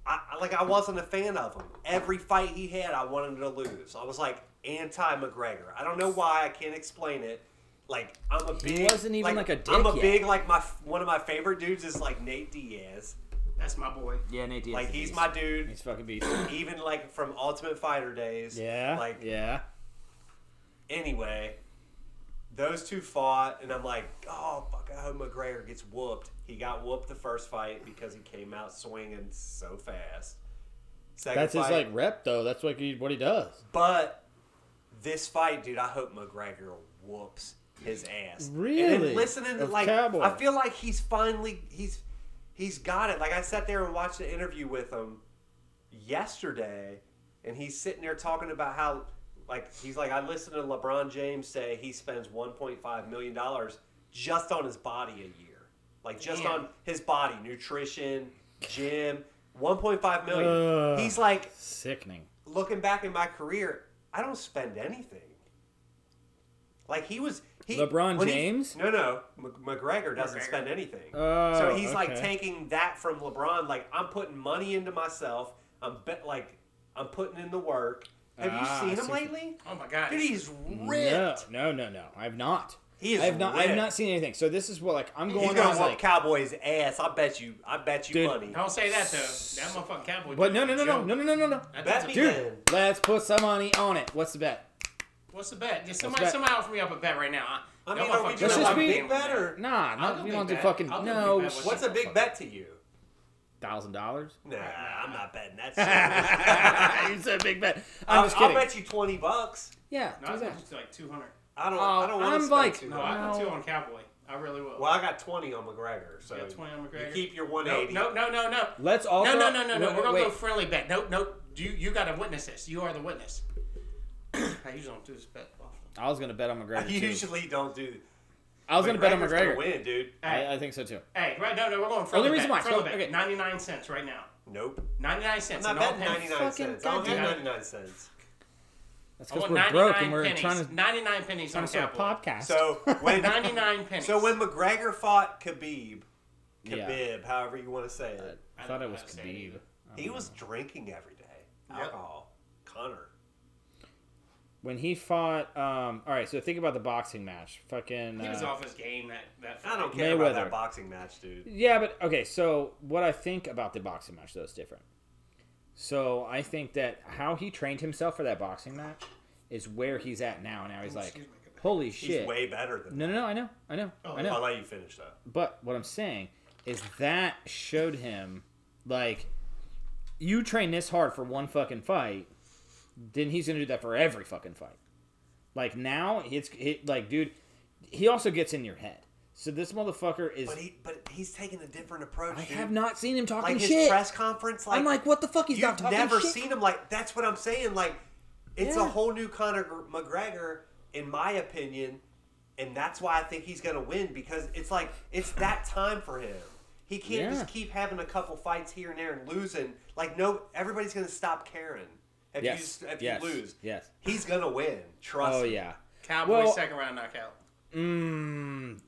I I- like I wasn't a fan of him. Every fight he had, I wanted to lose. I was like anti McGregor. I don't know why. I can't explain it. Like I'm a He big. wasn't even, like, a I'm a dick yet. big like my one of my favorite dudes is like Nate Diaz. That's my boy. Yeah, Nate Diaz. Like is he's beast. my dude. He's fucking beast. Even like from Ultimate Fighter days. Yeah. Like yeah. anyway, those two fought, and I'm like, oh fuck, I hope McGregor gets whooped. He got whooped the first fight because he came out swinging so fast. Second That's his fight, like rep though. That's like he, what he does. but this fight, dude, I hope McGregor whoops his ass. And Really? then listening to Of like, Cowboy. I feel like he's finally he's he's got it. Like I sat there and watched an interview with him yesterday, and he's sitting there talking about how like he's like I listened to LeBron James say he spends 1.5 million dollars just on his body a year, like just Damn. on his body, nutrition, gym. 1.5 million. Ugh. He's like, Sickening. looking back in my career, I don't spend anything. Like he was he LeBron when he- James? no, no, Mc- McGregor doesn't McGregor. spend anything. Oh, so he's like okay. taking that from LeBron. Like I'm putting money into myself. I'm bet like I'm putting in the work. Have Ah, you I seen him see. lately? Oh my god. Dude, he's No, ripped. no, no, no. I've not. He is I have not. I have ripped. not seen anything. So this is what like I'm going He's on gonna whoop like. Cowboys' ass. I bet you. I bet you Dude, money. Don't say that though. That motherfucking cowboy. But no, no, no, no, no, no, no, no, no. That- Bet That's me a, then. Dude, let's put some money on it. What's the bet? what's the bet? Yeah, somebody, bet. somebody offer me up a bet right now. I That mean, are motherfucking we cowboy doing just like gonna be- big win that. bet or Nah, I'll not, go we big don't do bet. fucking I'll go no. big bet. what's a big bet to you? Thousand dollars? Nah, I'm not betting that. shit. you said big bet. I'm just I'll, kidding. I'll bet you twenty bucks. yeah, No, I do was that. just like 200. I don't. Oh, I don't want I'm to spend like- too No, much. I put No. two on Cowboy. I really will. Well, I got twenty on McGregor. So You got 20 on McGregor? You keep your one No, eighty. no, no, no, no. Let's all. No, no, no, no, no. We're gonna go friendly bet. Nope, nope. You you gotta witness this. You are the witness. I usually don't do this bet often. I was gonna bet on I McGregor too. usually don't do. I was gonna bet on McGregor's gonna McGregor. Win, dude. I, I think so too. Hey, right? No, no. We're going friendly Only reason bet. why- Friendly so, bet. okay. 99 cents right now. Nope. 99 I'm cents. not and all betting ninety pennies. nine fucking cents. I don't have goddamn- ninety nine cents. That's I because want we're broke 99 and we're pennies. trying to 99 pennies on trying to start a Cowboy. podcast. So when 99 pennies. so when McGregor fought Khabib, Yeah. Khabib, however you want to say I it, I thought don't it was know how to say it Khabib. either. he was drinking every day. Yep. Alcohol. Connor. When he fought, um, all right. So think about the boxing match. Fucking. he was uh, off his game that that. I don't Friday. care about Mayweather. that boxing match, dude. Yeah, but okay. So what I think about the boxing match though is different. So I think that how he trained himself for that boxing match is where he's at now. Now he's like, Oh, excuse me. holy He's shit. way better than. No, no, no. I know. I know. Oh, I know. I'll let you finish though. But what I'm saying is that showed him, like, you train this hard for one fucking fight, then he's gonna do that for every fucking fight. Like now, it's it, like, dude, he also gets in your head. So this motherfucker is. But he, but he's taking a different approach. I dude. have not seen him talking like his shit. press conference. Like, I'm like, what the fuck? He's not you've talking never shit. seen him like that's what i'm saying like it's a Yeah. whole new conor Gr- mcgregor in my opinion and that's why i think he's going to win because it's like it's that time for him he can't Yeah. just keep having a couple fights here and there and losing like no everybody's going to stop caring if Yes. you just, if Yes. you lose Yes. he's going to win trust Oh me yeah. Cowboy Well- second round knockout. Mm.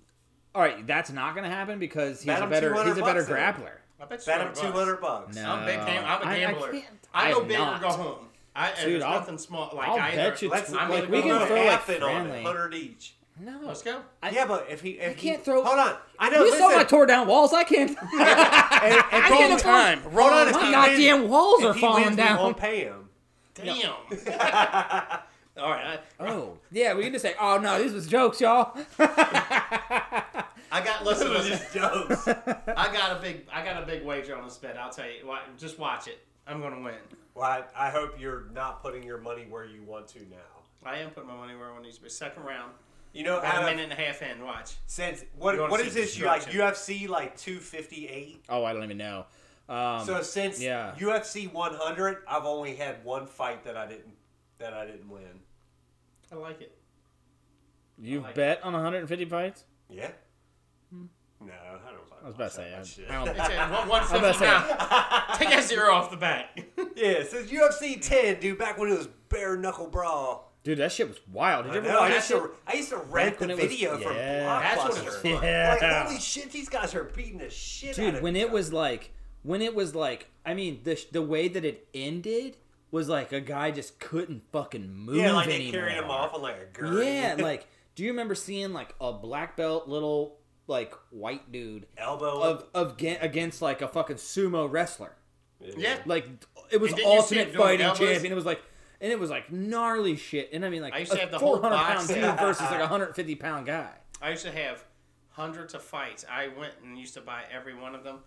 All right, that's not gonna happen because he's Bet a him better he's a 200 better bucks then. grappler. I bet you bet him bucks. 200 bucks No. I'm a big gam- I'm I- a I gambler. can't- I, go I'm big not. or go home. I, Dude, there's I'll- nothing small. Like I'll either. bet you Let's I mean, like, we we can can throw, like, half in on friendly. it, hundred each. No, Let's go. I- yeah, but if he, if he- can't throw- Hold on, I know. you listen, saw I tore down walls. I can't. and, and I Cole- can't afford- Oh, time. Hold on, if My he goddamn wins- walls if are he falling wins, down. We won't pay him. Damn. All right. I, oh, yeah. We can just say, "Oh no, this was jokes, y'all." I got listen. This listen is jokes. I got a big. I got a big wager on this bet. I'll tell you. Wa- Just watch it. I'm gonna win. well, I, I hope you're not putting your money where you want to now. I am putting my money where I want it to be. Second round. You know, About a out of- minute and a half in. Watch. since what You wanna what see is this? You like destruction. UFC like two fifty eight. oh, I don't even know. Um, So since yeah. UFC 100, I've only had one fight that I didn't that I didn't win. I like it. you like- bet on 150 fights. Yeah. Hmm. No, I don't. I was about to say, I- I don't- It's at one- 150 I'm now. Take that zero off the back. yeah, since UFC 10, dude, back when it was bare knuckle brawl. Dude, that shit was wild. Did I you ever know. watch I that used shit? to I used to rent Back when the it was- video from yeah. That's what it was Blockbuster. fun. Yeah. Like, holy shit, these guys are beating the shit out dude of when each it other. was like when it was like i mean the, sh- the way that it ended was like a guy just couldn't fucking move yeah, like they anymore. carried him off on like a gurney. yeah like do you remember seeing like a black belt little like white dude elbow. of of ga- against like a fucking sumo wrestler Yeah. like it was And didn't you see him ultimate doing fighting elbows? champion it was like and it was like gnarly shit and i mean like I used to a have the whole 400 pound box dude set. versus like a 150 pound guy I used to have hundreds of fights. I went and used to buy every one of them.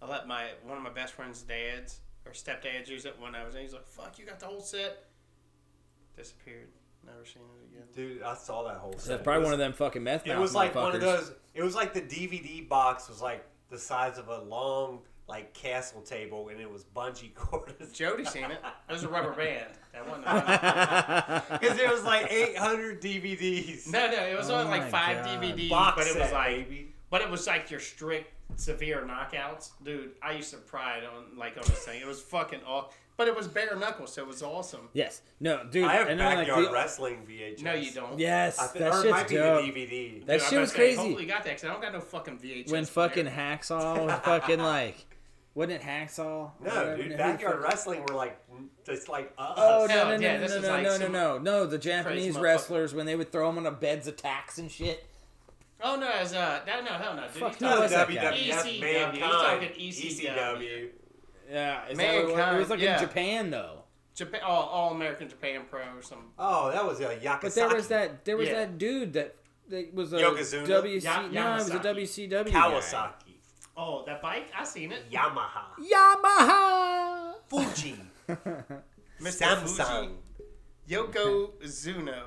I let my one of my best friend's dads or stepdads use it when I was in. He's like, "Fuck, you got the whole set." Disappeared. Never seen it again. Dude, I saw that whole. that's probably one of them fucking meth It mouth was like one of motherfuckers. those. It was like the DVD box was like the size of a long like castle table, and it was bungee cords Jody seen it. It was a rubber band. That wasn't. A because it was like 800 DVDs. no, no, it was Oh only my like five God. DVDs, Box but it was set, like, baby. but it was like your strict severe knockouts, dude. I used to pride on like on this thing. It was fucking all, but it was bare knuckles, so it was awesome. yes no dude I have and then, like, backyard the- wrestling VHS. No, you don't. Yes, I thi- that or it shit's might be dope. the DVD. Dude, That I'm shit about to was say, crazy. Hopefully you got that because I don't got no fucking VHS. player. when fucking hacksaw was fucking like, wasn't it hacksaw? no, Whatever, dude, who backyard fuck- wrestling were like just like uh, us. Oh No, no no no yeah, no this no is no, like no no some no no the Japanese motherfucker. wrestlers when they would throw them on a beds of tacks and shit. Oh no, it's uh, no, no, hell no, dude. Fuck He's no, Not was the that WWF guy? ECW. mankind. He's talking E E ECW. ECW. Yeah, is that what it was? It it Mankind, was was like like in yeah. in Japan though. Japan, all, all American Japan Pro or some. Oh, that was a Yakasaki. But there was that there was Yeah. that dude that that was a Yokozuna? WC Ya- no, it was a Yamasaki. WCW guy. Kawasaki, Oh, that bike, I seen it. Yamaha, Yamaha. Fuji, Mr. Fuji. Samsung. Yoko Zuno.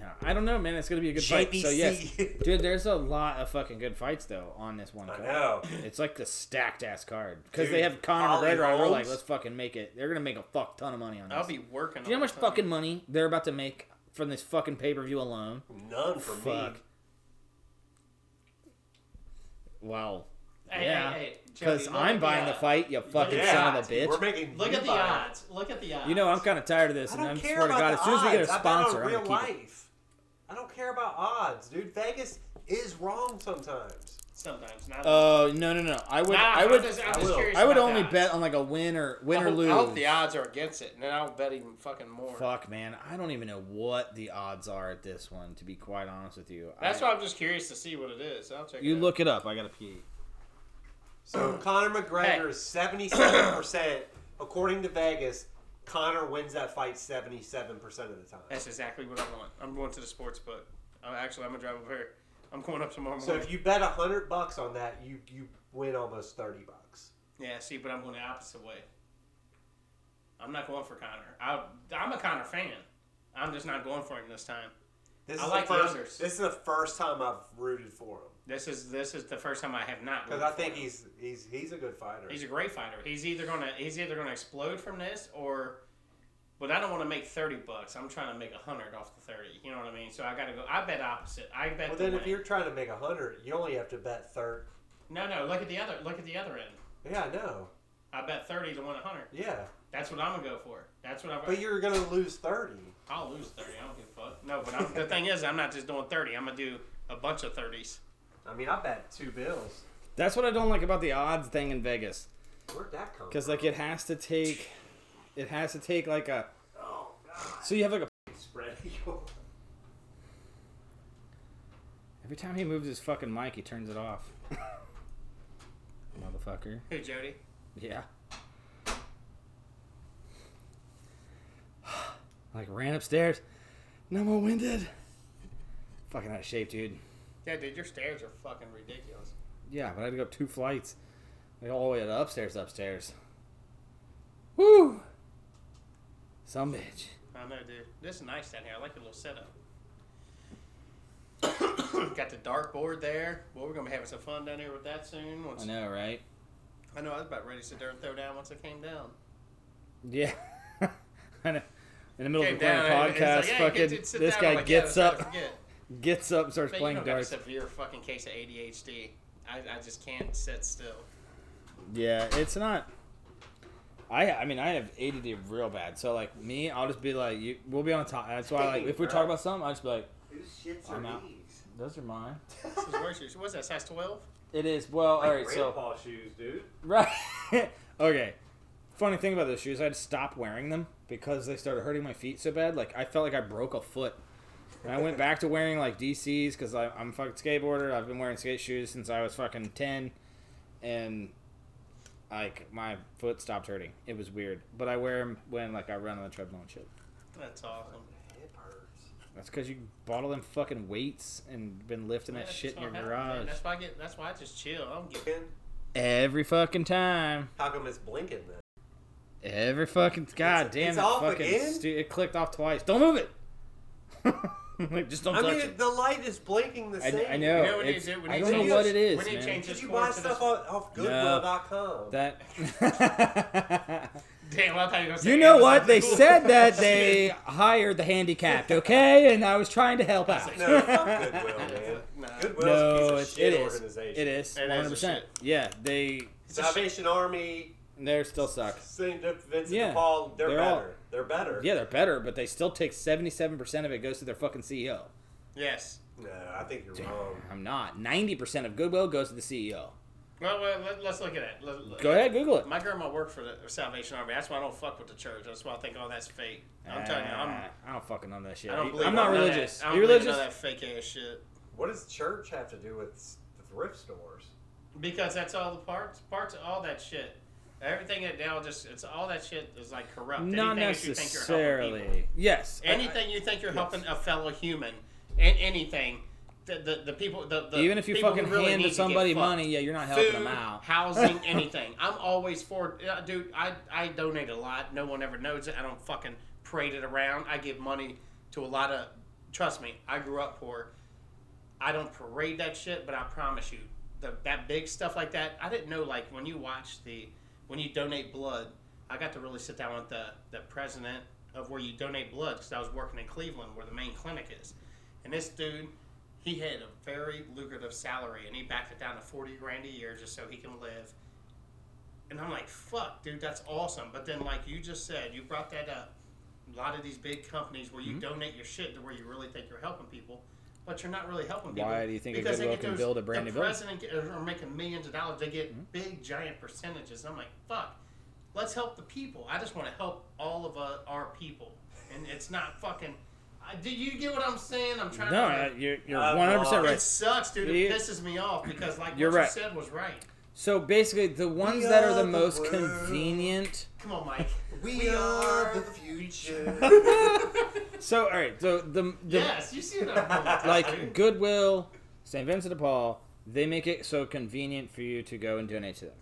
No, I don't know, man. It's gonna be a good fight. So yes, JBC. dude, there's a lot of fucking good fights though on this one I card. know. It's like the stacked ass card because Dude, they have Conor Holly McGregor on. We're like, Holmes. let's fucking make it. They're gonna make a fuck ton of money on I'll this. be working. Do you know how all much the time. fucking money they're about to make from this fucking pay per view alone? None for Fuck. me. Wow. Hey, yeah. hey, hey, Jody, Because look at I'm buying the odds. fight, you fucking Yeah. son of a bitch. We're making Look you at the buy it. odds. Look at the odds. You know I'm kind of tired of this, I and I don't am care swear to about God, the as soon as we get a odds. I bet on sponsor, I'm real gonna keep it. life. I don't care about odds, dude. Vegas is wrong sometimes. Sometimes not. Oh no no no! I would nah, I would I'm just, I'm I just will. curious I would about only the odds. bet on like a win or win I or hope, lose. I hope the odds are against it, and then I'll bet even fucking more. Fuck, man. I don't even know what the odds are at this one, to be quite honest with you. That's I, why I'm just curious to see what it is. I'll check. You it out. look it up. I got to pee. So Conor McGregor Hey. is seventy-seven percent, according to Vegas. Conor wins that fight seventy-seven percent of the time. That's exactly what I want. I'm going to the sports book. I'm actually, I'm gonna drive over here. I'm going up tomorrow morning. So if you bet hundred bucks on that, you you win almost thirty bucks. yeah, see, but I'm going the opposite way. I'm not going for Connor. I, I'm a Connor fan. I'm just not going for him this time. This I is like the the first. others. this is the first time I've rooted for him This is this is the first time I have not. because rooted I for think him. he's he's he's a good fighter. he's a great fighter. He's either gonna he's either gonna explode from this or. But I don't want to make thirty bucks. I'm trying to make a hundred off the thirty. You know what I mean? So I gotta go. I bet opposite. I bet. well, the then if win. you're trying to make hundred, you only have to bet third. no, no. Look at the other. Look at the other end. Yeah, I know. I bet thirty to win a hundred. Yeah, That's what I'm gonna go for. That's what I'm. but you're gonna lose thirty. I'll lose thirty. I don't give a fuck. No, but I'm, the thing is, I'm not just doing thirty. I'm gonna do a bunch of thirties. I mean, I bet two bills. That's what I don't like about the odds thing in Vegas, Where'd that come? because from? like it has to take, it has to take like a. Oh God! So you have like a. Spread Every time he moves his fucking mic, he turns it off. Motherfucker. Who, Jody? Yeah. like ran upstairs. No more winded. Fucking out of shape, dude. Yeah, dude, your stairs are fucking ridiculous. Yeah, but I had to go up two flights. Like all the way to the upstairs, upstairs. Woo! Some bitch. I know, dude. This is nice down here. I like the little setup. Got the dartboard there. Well, we're gonna be having some fun down here with that soon. Once I know, right? I know, I was about ready to sit there and throw down once I came down. Yeah. I know. In the middle Came of recording a and- and podcast, it's like, hey, fucking dude, sit this down. guy I'm like, yeah, gets that's up, right, I forget. gets up, and starts But you playing don't got a darts. severe fucking case of ADHD. I, I just can't sit still. Yeah, it's not. I I mean I have ADD real bad, so like me, I'll just be like, you, we'll be on top. That's why like if we talk about something, I'll just be like, Whose shits I'm are out. these? those are mine. This is worse. Yours- What's that, size 12? It is well, all right. So grandpa shoes, dude. right, okay. Funny thing about those shoes, I had to stop wearing them because they started hurting my feet so bad. Like I felt like I broke a foot. And I went back to wearing like DCs because I'm a fucking skateboarder. I've been wearing skate shoes since I was fucking ten, and like my foot stopped hurting. It was weird, but I wear them when like I run on the treadmill and shit. That's awesome. Hip hurts. That's because you bought all them fucking weights and been lifting Yeah, that that's shit in what your happened, man. garage That's why I get. That's why I just chill. I don't get. Again, every fucking time. How come it's blinking then? Every fucking god damn it's it! off fucking again? stu- it clicked off twice. Don't move it. like just don't I touch mean, it. the light is blinking the I, same. I know. You know what it it's- is, it- we I need don't to know change- what it is, we need to man. change Did Just you going buy to this stuff off, off Goodwill.com? That. Damn, I thought you were gonna say you know Amazon. what? They said that they hired the handicapped, okay? And I was trying to help out. no, fuck Goodwill, man. Nah. Goodwill's No, a piece it of shit it is. organization. It is. It is a 100%. shit. Yeah, they Salvation Army, they still suck. Saint Vincent Yeah, de Paul, they're, they're all- better. they're better. Yeah, they're better, but they still take 77% of it goes to their fucking CEO. Yes. No, I think you're wrong. I'm not. 90% of Goodwill goes to the CEO. Well, well let, us look at it. Let- let- Go ahead, Google it. My grandma worked for the Salvation Army. That's why I don't fuck with the church. That's why I think, oh, that's fake. I'm telling you, I'm. Ah, I don't fucking know that shit. I don't believe I'm not in none of religious. That. I don't You believe in religious? none of that fake ass shit. What does church have to do with s- the thrift stores? Because that's all the parts. Parts of all that shit. Everything that now just it's all that shit is like corrupt. Not Anything that you think you're helping people. necessarily. Yes. I- I- anything you think you're helping a fellow human, and anything, the, the, the people, the, the Even if you people who fucking really hand need to get somebody fucked. money, yeah, you're not helping Food, them out. housing, anything. I'm always for, yeah, dude. I I donate a lot. No one ever knows it. I don't fucking parade it around. I give money to a lot of. Trust me, I grew up poor. I don't parade that shit, but I promise you, the, that big stuff like that, I didn't know. Like when you watch the, when you donate blood, I got to really sit down with the the president of where you donate blood because I was working in Cleveland where the main clinic is, and this dude, he had a very lucrative salary and he backed it down to forty grand a year just so he can live. And I'm like, fuck, dude, that's awesome. But then, like you just said, you brought that up. A lot of these big companies where you Mm-hmm. donate your shit to where you really think you're helping people, but you're not really helping people. Why do you think a because they Goodwill get can those- build a brand the new Mm-hmm. building? president get- are making millions of dollars. They get big giant percentages. I'm like, fuck, let's help the people. I just want to help all of uh, our people, and it's not fucking. I, do you get what I'm saying? I'm trying No, to. I- you're, you're Uh, 100% well, It right. sucks, dude. You- It pisses me off because, like, You're what right. you said was right. So basically, the ones We that are are the the most world. convenient. Come on, Mike. We, We are are the future. So, all right, so the, the yes, you see what I'm doing. like Goodwill, St. Vincent de Paul, they make it so convenient for you to go and donate to them.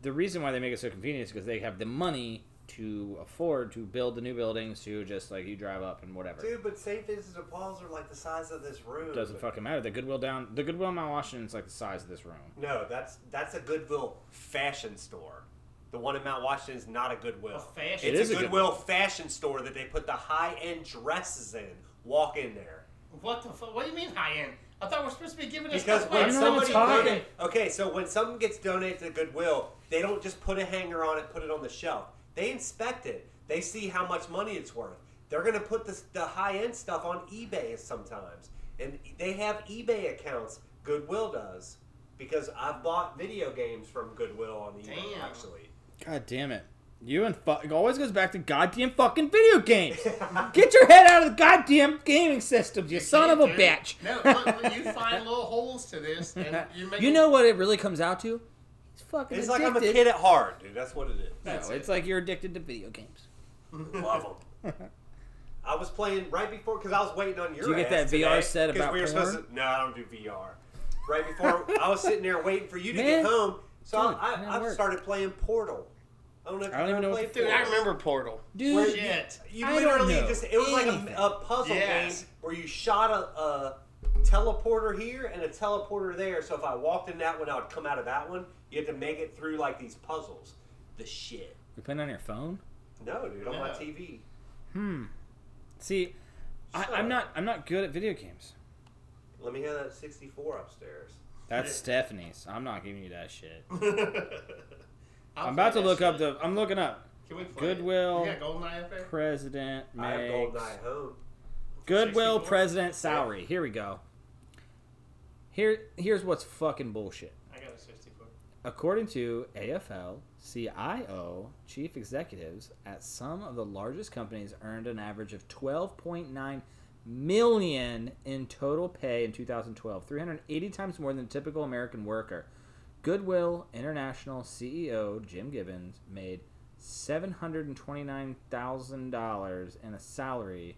The reason why they make it so convenient is because they have the money to afford to build the new buildings to just like you drive up and whatever. Dude, but St. Vincent de Paul's are like the size of this room. Doesn't fucking matter. The Goodwill down, the Goodwill in Mount Washington is like the size of this room. No, that's that's a Goodwill fashion store. The one in Mount Washington is not a Goodwill. A fashion- It's It is a a Goodwill fashion store that they put the high end dresses in. Walk in there. what the fuck? What do you mean high end? I thought we are supposed to be giving this Because stuff when away. not even somebody talking. donate- okay, so when something gets donated to Goodwill, they don't just put a hanger on it, put it on the shelf. They inspect it. They see how much money it's worth. They're gonna put this, the high end stuff on eBay sometimes, and they have eBay accounts. Goodwill does because I've bought video games from Goodwill on eBay Damn. actually. God damn it! You and fuck always goes back to goddamn fucking video games. Get your head out of the goddamn gaming system, you, son of a Dude, bitch. No, look, you find little holes to this, and you make. You know what it really comes out to? It's fucking It's like addicted. I'm a kid at heart, dude. That's what it is. No, That's it's it. like you're addicted to video games. Love them. I was playing right before because I was waiting on your. you get ass that today, VR set 'cause about we were supposed porn? to. No, I don't do VR. Right before I was sitting there waiting for you to Man. get home, so Dude, I, man, I, I work. started playing Portal. I don't know if I you don't even know ever played what Dude, Portal. I remember Portal. Dude, Shit. You I don't literally know just—it was like anything. a, a puzzle Yes. game where you shot a, a teleporter here and a teleporter there. So if I walked in that one, I would come out of that one. You had to make it through like these puzzles. The shit. you're playing on your phone. No, dude, on my No. TV. See, I, So- I'm not. I'm not good at video games. Let me have that 64 upstairs. That's Yeah. Stephanie's. I'm not giving you that shit. I'll I'm about to play that look up shit. the. I'm looking up Can we play Goodwill. It? You got Goldeneye up there? president I have makes GoldenEye home. Goodwill 64? president salary. Here we go. Here, here's what's fucking bullshit. I got a 64. According to AFL CIO, chief executives at some of the largest companies earned an average of 12.9 million in total pay in 2012, 380 times more than the typical American worker. Goodwill International CEO Jim Gibbons made $729,000 in a salary.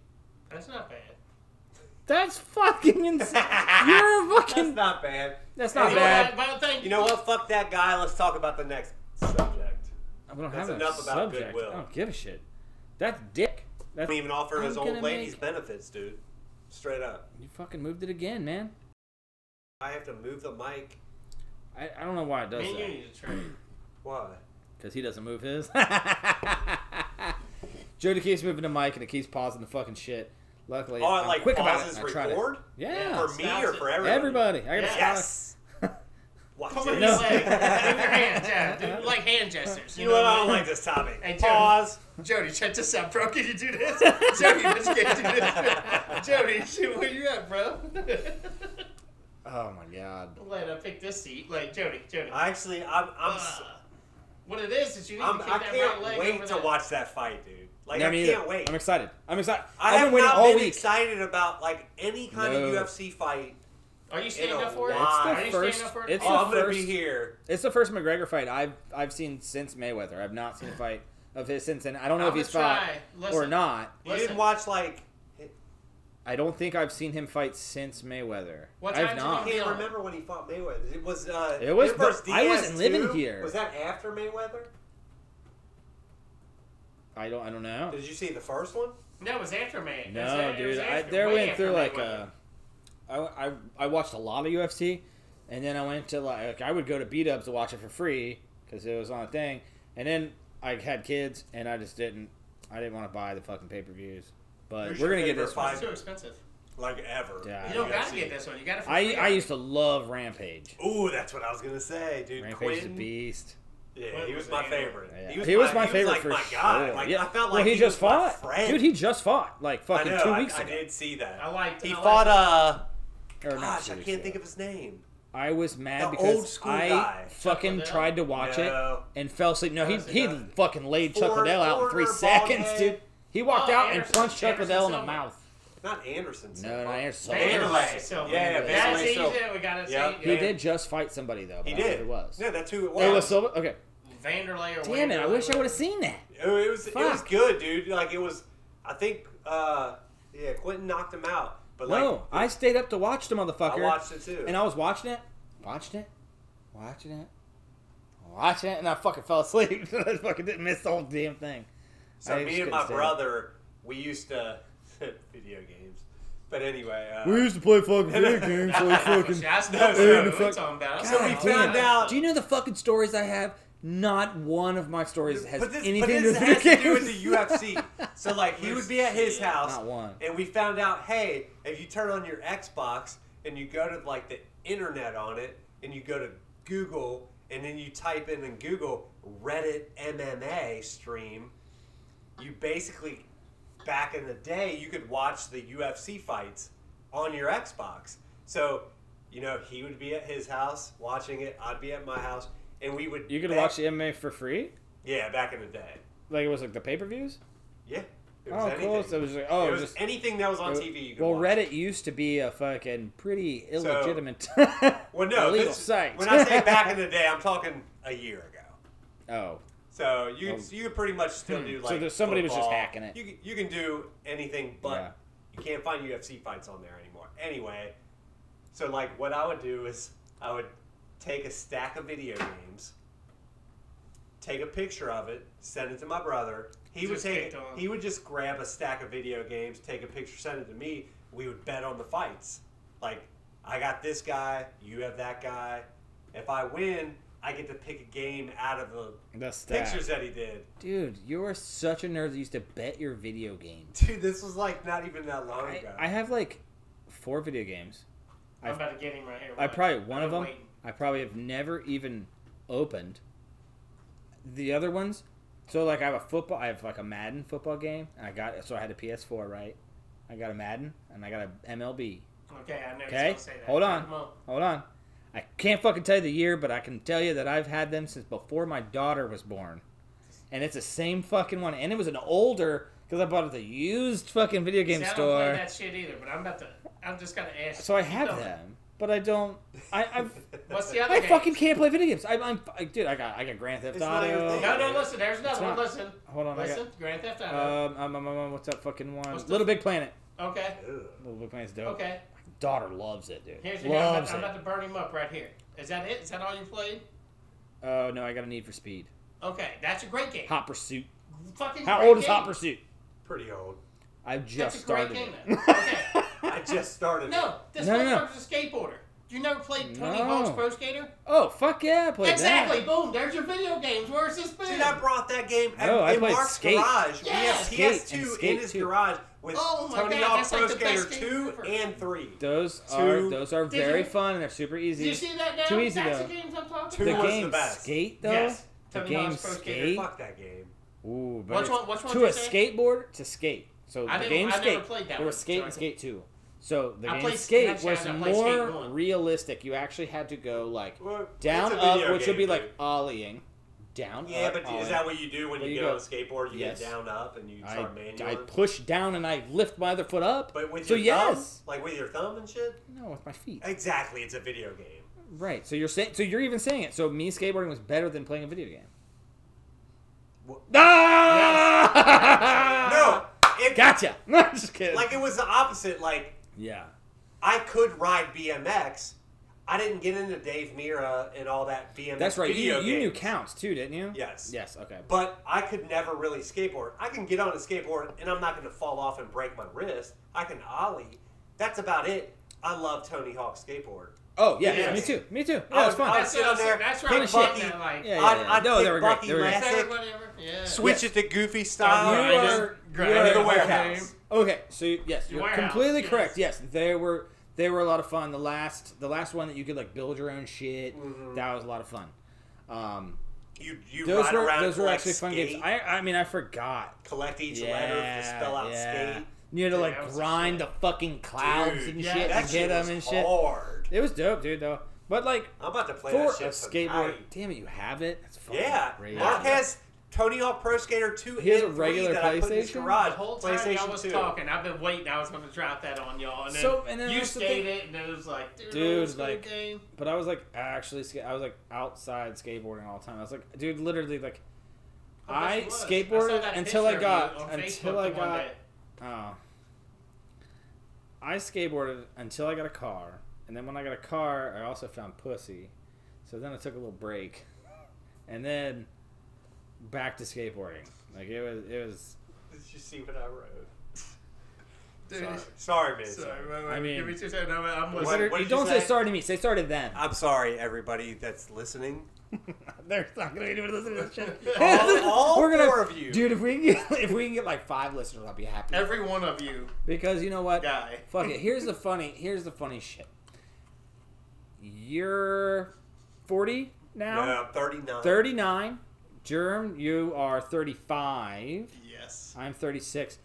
That's not bad. That's fucking insane. You're a That's fucking. not bad. That's not You know bad. what? But I think- You know what? Fuck that guy. Let's talk about the next subject. We don't That's have enough enough a about subject. Goodwill. I don't give a shit. That's dick. That's Don't even offer his I'm old gonna ladies make- benefits, dude. Straight up. You fucking moved it again, man. I have to move the mic. I, I don't know why it does Me and you that. need to trade. Why? Because he doesn't move his. Jody keeps moving the mic and it keeps pausing the fucking shit. Luckily, Oh, it, I'm like, quick about it. pauses and I tried it. record? Yeah. for me or for everybody? everybody. I gotta Yes. Watch Come this. with your No. leg. Move your hands, yeah. Do, like hand gestures. You know what? I don't mean? like this topic. Hey, Jody. Pause. Jody, check this out, bro. Can you do this? Jody, this can't do this. Jody, shit, where you at, bro? Oh my god. Let I pick this seat. Like Jody, Jody. I actually, I'm, I'm, s- Uh, what it is is you need I'm to I kick that right can't leg wait over to that. watch that fight, dude. Like Yeah, I me can't either. wait. I'm excited. I'm excited. I have have been waiting not all been week. excited about like any kind No. of UFC fight. Are you standing In a up for it? while. It's the Are you first- standing up for it? it's Oh, the I'm gonna be first- here. It's the first McGregor fight I've I've seen since Mayweather. I've not seen a fight of his since, and I don't know if I'ma he's fought try. or Listen. not. You Listen. didn't watch like I don't think I've seen him fight since Mayweather. What I've time did I not. he- can't Yeah. remember when he fought Mayweather. It was uh It was him versus the- I Diaz, wasn't living too? here. Was that after Mayweather? I don't. I don't know. Did you see the first one? No, it was Aftermath. It was- it No, was dude. I, after- there way went after through like uh, Mayweather. a. I, I I watched a lot of UFC, and then I went to like, like, I would go to beat ups to watch it for free because it was on a thing, and then I had kids and I just didn't. I didn't want to buy the fucking pay per views. But Who's we're your gonna get favorite this one. It's too expensive. Like ever. Yeah. You don't gotta UFC. get this one. You gotta. I I used to love Rampage. Ooh, that's what I was gonna say, dude. Rampage is a Quinn, beast. yeah, Quinn he was was my the favorite. Yeah. He was, my favorite he was like for my guy. sure. Like yeah. I felt like well, he, just was my fought, friend. dude. He just fought like I fucking know. two I, weeks I ago. did see that. I liked. He I liked fought uh Or not gosh, two I weeks can't ago. think of his name. I was mad The because old school I guy. fucking Chuck Liddell? tried to watch No. it and fell asleep. No, he Honestly, he no. fucking laid Chuck Four- Liddell out in three four-ball seconds, head. dude. He walked Oh, out and Anderson- punched Chuck Anderson Liddell in the Silva. mouth. Not Anderson. No, not Anderson. Vanderlei. Silva. Vanderlei. So, Yeah, Vanderlei. Vanderlei. That's Vanderlei. easy. So- We gotta Yeah. see. He yeah. did just fight somebody though. He but I don't know did. Who it was. Yeah, that's who it was. It was Silva. Okay. Vanderlei or Damn it! I Wanderlei, wish whatever. I would have seen that. It was, it was Fuck. good, dude. Like it was, I think, uh, yeah, Quentin knocked him out. But like, no, I stayed up to watch the I motherfucker. watched it too. And I was watching it, watching it, watching it, watching it, and I fucking fell asleep. I fucking didn't miss the whole damn thing. so I just me and couldn't my stand it. brother, we used to video games. But anyway, uh, used to play fucking video games, like See, I still No, don't know no, what fuck- we're talking about. So we Oh, found yeah. out- Do you know the fucking stories I have? Not one of my stories has but this, but anything this to, do has video to do with games. the UFC. So like, he would be at his house, Not one. and we found out, hey, if you turn on your Xbox and you go to like the internet on it, and you go to Google, and then you type in in Google Reddit MMA stream, you basically back in the day you could watch the UFC fights on your Xbox. So, you know, he would be at his house watching it, I'd be at my house, and we would You could bet- watch the MMA for free. yeah, back in the day. Like it was like the pay per views. Yeah. It was Oh, anything. cool. So it was like oh, it it was just anything that was on it- TV. You could well, watch. Reddit used to be a fucking pretty illegitimate. Well, no, illegal this, site. when I say back in the day, I'm talking a year ago. oh, So you Oh. Hmm. you could pretty much still do So like there- somebody was just football. hacking it. You can, you can do anything, but you can't find UFC fights on there anymore. Anyway, so like what I would do is I would take a stack of video games, take a picture of it, send it to my brother. He would Just take kicked on. he would just grab a stack of video games, take a picture, send it to me. We would bet on the fights. Like I got this guy, you have that guy. If I win, I get to pick a game out of the that's that. pictures that he did. Dude, you were such a nerd that used to bet your video games. Dude, this was like not even that long I, ago. I have like four video games. I'm I've- about to get him right here. I Wait. probably one I've been of them. waiting. I probably have never even opened. The other ones, so like I have a football. I have like a Madden football game, and I got so I had a PS4, right? I got a Madden, and I got a MLB. Okay, I know he's Okay, gonna say that. hold on. Come on. Hold on, I can't fucking tell you the year, but I can tell you that I've had them since before my daughter was born, and it's the same fucking one, and it was an older because I bought it at the used fucking video game See, I don't play store. that shit either, but I'm about to. I'm just gonna ask. So I you have know, them, but I don't. I, I've What's the other? I games? fucking can't play video games. I, I'm, I, dude, I got, I got Grand Theft It's not your Auto. thing. No, no, listen. There's It's another one. not. Listen, Hold on, I listen. got. Grand Theft Auto. Um, um, um, um, um, what's that fucking one? What's the- Little Big Planet. okay, Ugh. Little Big Planet's dope. okay. Daughter loves it, dude. Here's your. I'm, loves about, I'm about it. to burn him up right here. Is that it? Is that all you played? Oh no, I got a Need for Speed. Okay, that's a great game. Hot Pursuit. Fucking How great old is game. Hot Pursuit? Pretty old. I've just a great started. game, it. though. Okay. I just started. No, this No, no, no. motherfucker's a skateboarder. You never played Tony No. Hawk's Pro Skater? oh fuck yeah, I played exactly. that. Boom. There's your video games. Where's this been? Dude, I brought that game at, No, I in played Mark's Skate. garage. Yes. We have Skate and PS2 in Skate his too. garage with Oh my Tony God, Hawk that's Pro like the Skater best game 2 ever. and 3. Those Two- are those are Did very you- fun and they're super Did you easy. see that now? Too easy, That's though. the games I'm talking The Who about. was the game best? skate though. Yes. The Tony game Hawk's Pro Skater. skate. Fuck that game. Ooh, but Which it's- one- which one to did a you say? skateboard to skate. So I the didn't- game I never skate. played that there was one, skate so I and can- skate two. So the I game played- skate that's was right, I played skate more one. realistic. You actually had to go like Well, it's down a up, video which would be game, like dude. ollieing, down Yeah, up. but ollieing. is that what you do when There you, you get go. on a skateboard? You Yes. get down up and you I, start I manually. push down and I lift my other foot up. But with so your yes, thumb, like with your thumb and shit. no, with my feet. Exactly, it's a video game. Right. So you're saying. So you're even saying it. So me skateboarding was better than playing a video game. Wha- Ah! No, it, Gotcha. No, I'm just kidding. like it was the opposite. Like yeah. I could ride BMX. I didn't get into Dave Mira and all that BMX. That's right. You, Video you knew games. counts too, didn't you? Yes. Yes. Okay. But I could never really skateboard. I can get on a skateboard and I'm not going to fall off and break my wrist. I can ollie. That's about it. I love Tony Hawk skateboard. Oh yeah. Yes. Me too. Me too. I Yeah, it's would- fun. I would That's sit what on I'm there. saying. That's where pick I'm Bucky. getting at, like- Yeah, I'd, yeah, yeah. I'd No, pick they were great. Bucky They were great. Lassick, Say whatever. Yeah. switch Yes. it to Goofy You style, I just are- grind you and are- the out. warehouse. Okay, so you- yes, Your you're warehouse, completely yes. correct. Yes, they were they were a lot of fun. The last the last one that you could like build your own shit. That was a lot of fun. Um, You Mm-hmm. you those ride were around, those were collect actually fun skate, games. I I mean I forgot. collect each yeah, letter to spell out yeah. skate. You had to Dude, like that was the grind the shit. fucking clouds Dude, and yeah, shit That to get shit them was and shit. hard. It was dope, dude. Though, but like I'm about to play for a that shit skateboard, tonight. damn it, you have it. That's fucking Yeah, crazy. Mark has Tony Hawk Pro Skater 2 He has a and 3 regular that I put in his PlayStation? The garage. whole time PlayStation y'all was 2. talking, I've been waiting. I was going to drop that on y'all, and then, So, and then you that's the thing- skated, it, and it was like, dude, Dude, old school like- game. But I was like actually, ska- I was like outside skateboarding all the time. I was like, dude, literally like, Oh, I yes, it was. skateboarded saw that until I picture of got- you on until Facebook I the one got- day. oh. I skateboarded until I got a car, and then when I got a car, I also found pussy. So then I took a little break, and then back to skateboarding. Like it was, it was. Did you see what I wrote? Dude, Sorry, man. sorry, wait, wait, I mean- give me two seconds. I'm, I'm What- Consider- listening. what you did you don't say? say? sorry to me. Say sorry to them. I'm sorry, everybody that's listening. They're not gonna be able to listen to this shit. All- all We're gonna, four of you. dude. If we can get, if we can get like five listeners, I'll be happy. Every one of you, because you know what? guy. Fuck it. Here's the funny. Here's the funny shit. You're 40 now. Yeah, I'm 39. 39. Germ, you are 35. Yes. I'm 36.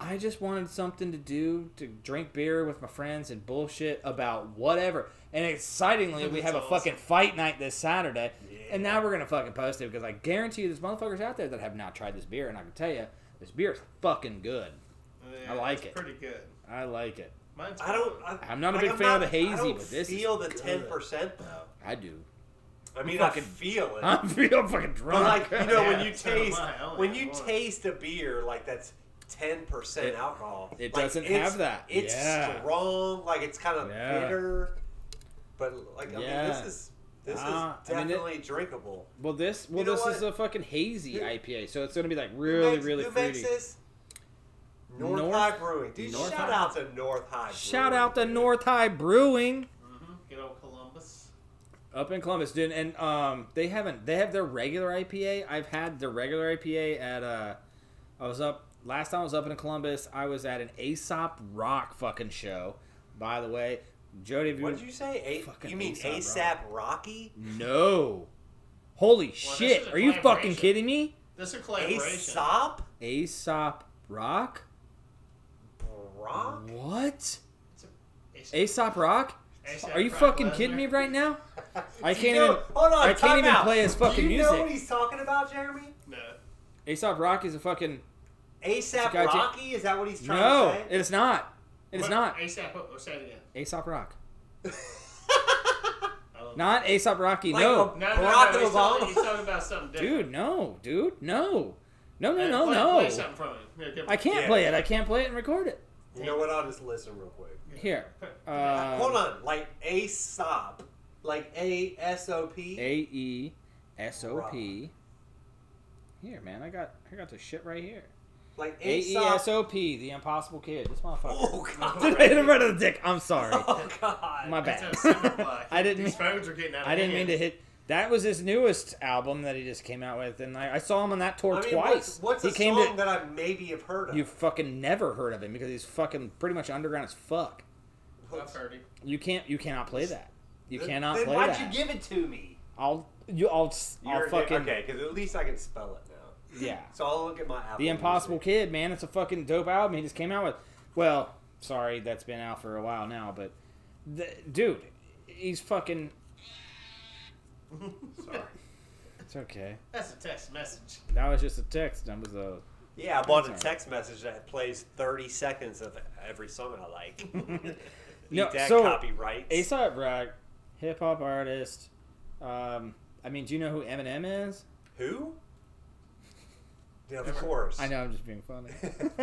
I just wanted something to do to drink beer with my friends and bullshit about whatever. And excitingly, we That's have a awesome. fucking fight night this Saturday. and now we're gonna fucking post it because I guarantee you, there's motherfuckers out there that have not tried this beer, and I can tell you, this beer is fucking good. Yeah, I like it's it. Pretty good. I like it. Mine's I don't. I, I'm not a big fan of the hazy, I don't but this is feel the good. ten percent though. I do. I mean, fucking- I feel it. I feel fucking But drunk. like you know, when Yeah, you so am taste I. I only when have you one. taste a beer like that's ten percent It- alcohol, it like, doesn't it's- have that. It's Yeah. strong, like it's kind of Yeah. bitter, but like I mean, Yeah. this is this Ah, is I mean, it- definitely drinkable. well, this well You know this is what? a fucking hazy Who- IPA, so it's gonna be like Who really makes- really who fruity. makes this? North, North- High Brewing, dude. North shout High. out to North High. Shout Brewing, out to dude. North High Brewing hmm Good old Columbus. up in Columbus, dude. And um, they haven't they have their regular IPA. I've had their regular IPA at uh, I was up last time I was up in Columbus. I was at an Aesop Rock fucking show. By the way, Jody, if you, What did you say? A- Fucking you mean ASAP ASAP Rocky? no, holy this is shit, a are you fucking collaboration. kidding me? This is a collaboration. Aesop Aesop Rock. Rock? What? It's- Aesop Rock? ASAP Are you Rock fucking Lesnar. kidding me right now? I Do can't you know, even- Hold on, I can't time even out. play his fucking Do you know music. what he's talking about, Jeremy? No. Aesop Rock is a fucking ASAP Gotcha. Rocky? Is that what he's trying no. to say? It is not. It is What- not ASAP. What, say it again. Aesop Rock. I don't know. Not Aesop Rocky. Like No, a- No, no, Barack no. He's Obama. talking, he's talking about something different. dude. No, dude. No. No. No. Hey, No. play, Play No. something from him. Here, give I can't Yeah. play it. I can't play it and record it. you know what? I'll just listen real quick. Here. Hold Uh, on. Like ASAP. Like A S O P. A E S O P. Here, man. I got. I got the shit right here. Like A E S ASAP. O P. The Impossible Kid. This motherfucker. Oh, God. Dude, I hit him right on the dick. I'm sorry. Oh, God. My It's bad. a summer block. I didn't These mean- phones are getting out of I didn't mean hand. to hit. That was his newest album that he just came out with, and I, I saw him on that tour I mean, twice. What's, what's he a came song to that I maybe have heard of? you fucking never heard of him because he's fucking pretty much underground as fuck. I've heard him. You can't you cannot play that. You Th- cannot then play why'd that. you give it to me? I'll you I'll s- I'll You're- fucking Okay, because at least I can spell it now. yeah. So I'll look at my Apple The Impossible Music. Kid, man, it's a fucking dope album. He just came out with. Well, sorry, that's been out for a while now, but the, dude, he's fucking. Sorry. It's okay. That's a text message. That was just a text. That was a Yeah, I bought a Sorry. text message that plays 30 seconds of every song I like. No, Eat that so, copyright. Aesop Rock, hip hop artist. Um, I mean, do you know who Eminem is? Who? Yeah, of course. I know I'm just being funny.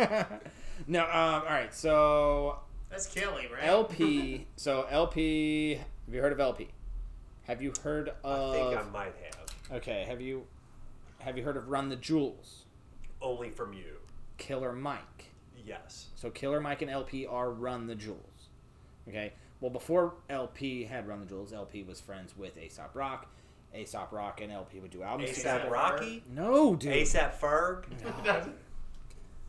no, um, all right. So That's Kelly, right? LP. so LP. Have you heard of LP? Have you heard I think I of? might have. okay. Have you have you heard of Run the Jewels? Only from you. Killer Mike. Yes. So Killer Mike and LP are Run the Jewels. Okay. Well, before LP had Run the Jewels, LP was friends with Aesop Rock. Aesop Rock and LP would do albums ASAP together. Rocky? No, dude. ASAP Ferg?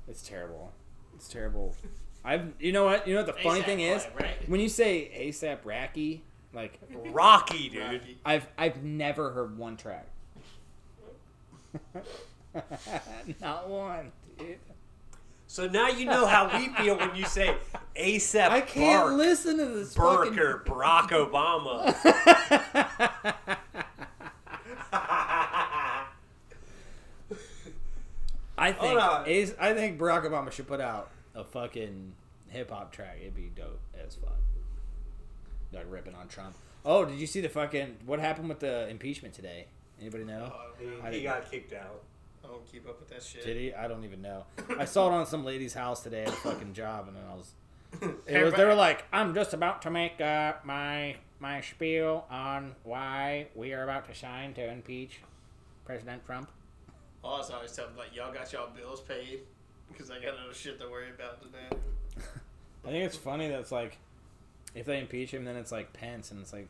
It's terrible. It's terrible. I've you know what you know what the funny ASAP thing is Rocky, right? when you say ASAP Rocky, like Rocky, dude. Rocky. I've I've never heard one track. Not one, dude. So now you know how we feel when you say ASAP I can't Bark, listen to this Burker, Barack Obama. fucking. I think on. Aes- I think Barack Obama should put out a fucking hip hop track. It'd be dope as fuck. Like ripping on Trump. Oh, did you see the fucking what happened with the impeachment today? Anybody know? Oh, He- I he didn't- got kicked out. don't keep up with that shit. Did he? I don't even know. I saw it on some lady's house today at a fucking job, and then I was. It was. They were like, "I'm just about to make uh, my my spiel on why we are about to sign to impeach President Trump." Oh, I was always telling them, like, y'all got y'all bills paid because I got other shit to worry about today. I think it's funny that it's like, if they impeach him, then it's like Pence, and it's like,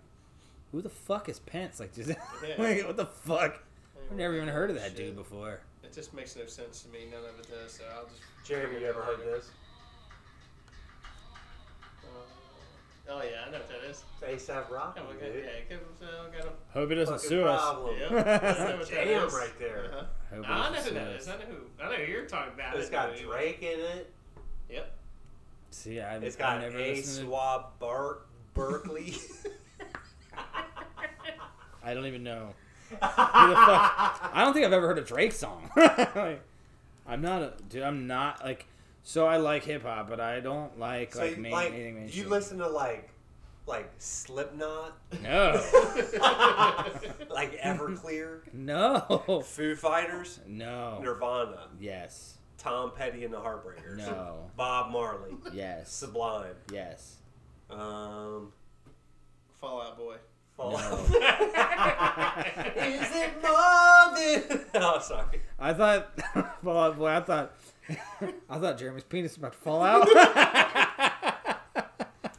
who the fuck is Pence? Like, just like, what the fuck? I've never even heard of that dude before. It just makes no sense to me. None of it does. So I'll just. Jeremy, you ever heard this? oh yeah, I know what that is. It's ASAP Rocky, Oh, Yeah, we got, dude. yeah, 'cause, uh, we got a Hope he doesn't Fucking sue us. problem. Yep. That's a jam right there. Uh-huh. Hope he I doesn't know who sue that us. is. I know who. I know who you're talking about. It's I got know who- Drake in it. Yep. See, I, It's I got never A listened. To, Swab Bar- Berkeley. I don't even know. Who the fuck? I don't think I've ever heard a Drake song. Like, I'm not a dude. I'm not like. So I like hip hop, but I don't like So like, you, main, like anything you mainstream. listen to like like Slipknot, No, like Everclear, no, Foo Fighters, no. Nirvana, Yes, Tom Petty and the Heartbreakers, no, Bob Marley, yes, Sublime, yes. um, Fallout Boy. Fall Out. No. Is it more than? Oh, sorry. I thought, well, I- well, I thought, I thought Jeremy's penis was about to fall out.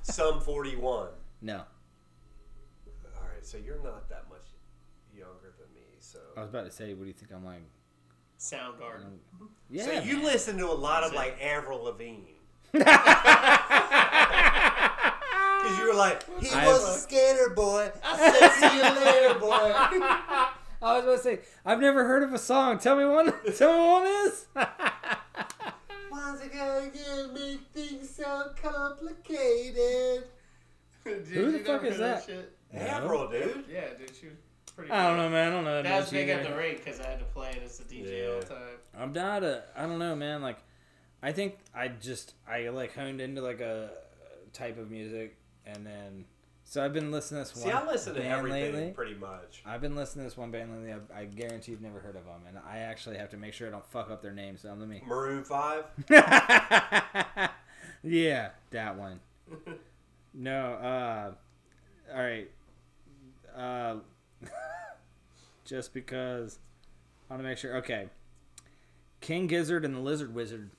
Some forty-one. no, All right, so you're not that much younger than me, so. I was about to say, what do you think I'm like? Mm. Soundgarden. Yeah, so you man. listen to a lot of That's like Avril Lavigne. Because you were like, he I- was a skater boy. I said, see you later, boy. I was about to say, I've never heard of a song. Tell me one. Tell me one is. Once again, you make things so complicated. Dude, Who the you fuck never is heard that? shit? Avril, dude. Yeah, dude, she was pretty. I don't good. know, man. I don't know that That was much big at the either. rate because I had to play it as the DJ all the Yeah. time. I'm not a. I don't know, man. Like, I think I just I like honed into like a type of music, and then so I've been listening to this See, one I listen to band everything lately. pretty much. I've been listening to this one band lately. I, I guarantee you've never heard of them, and I actually have to make sure I don't fuck up their names. So let me. Maroon 5. yeah, that one. No, uh, all right. Uh, just because I want to make sure. Okay. King Gizzard and the Lizard Wizard.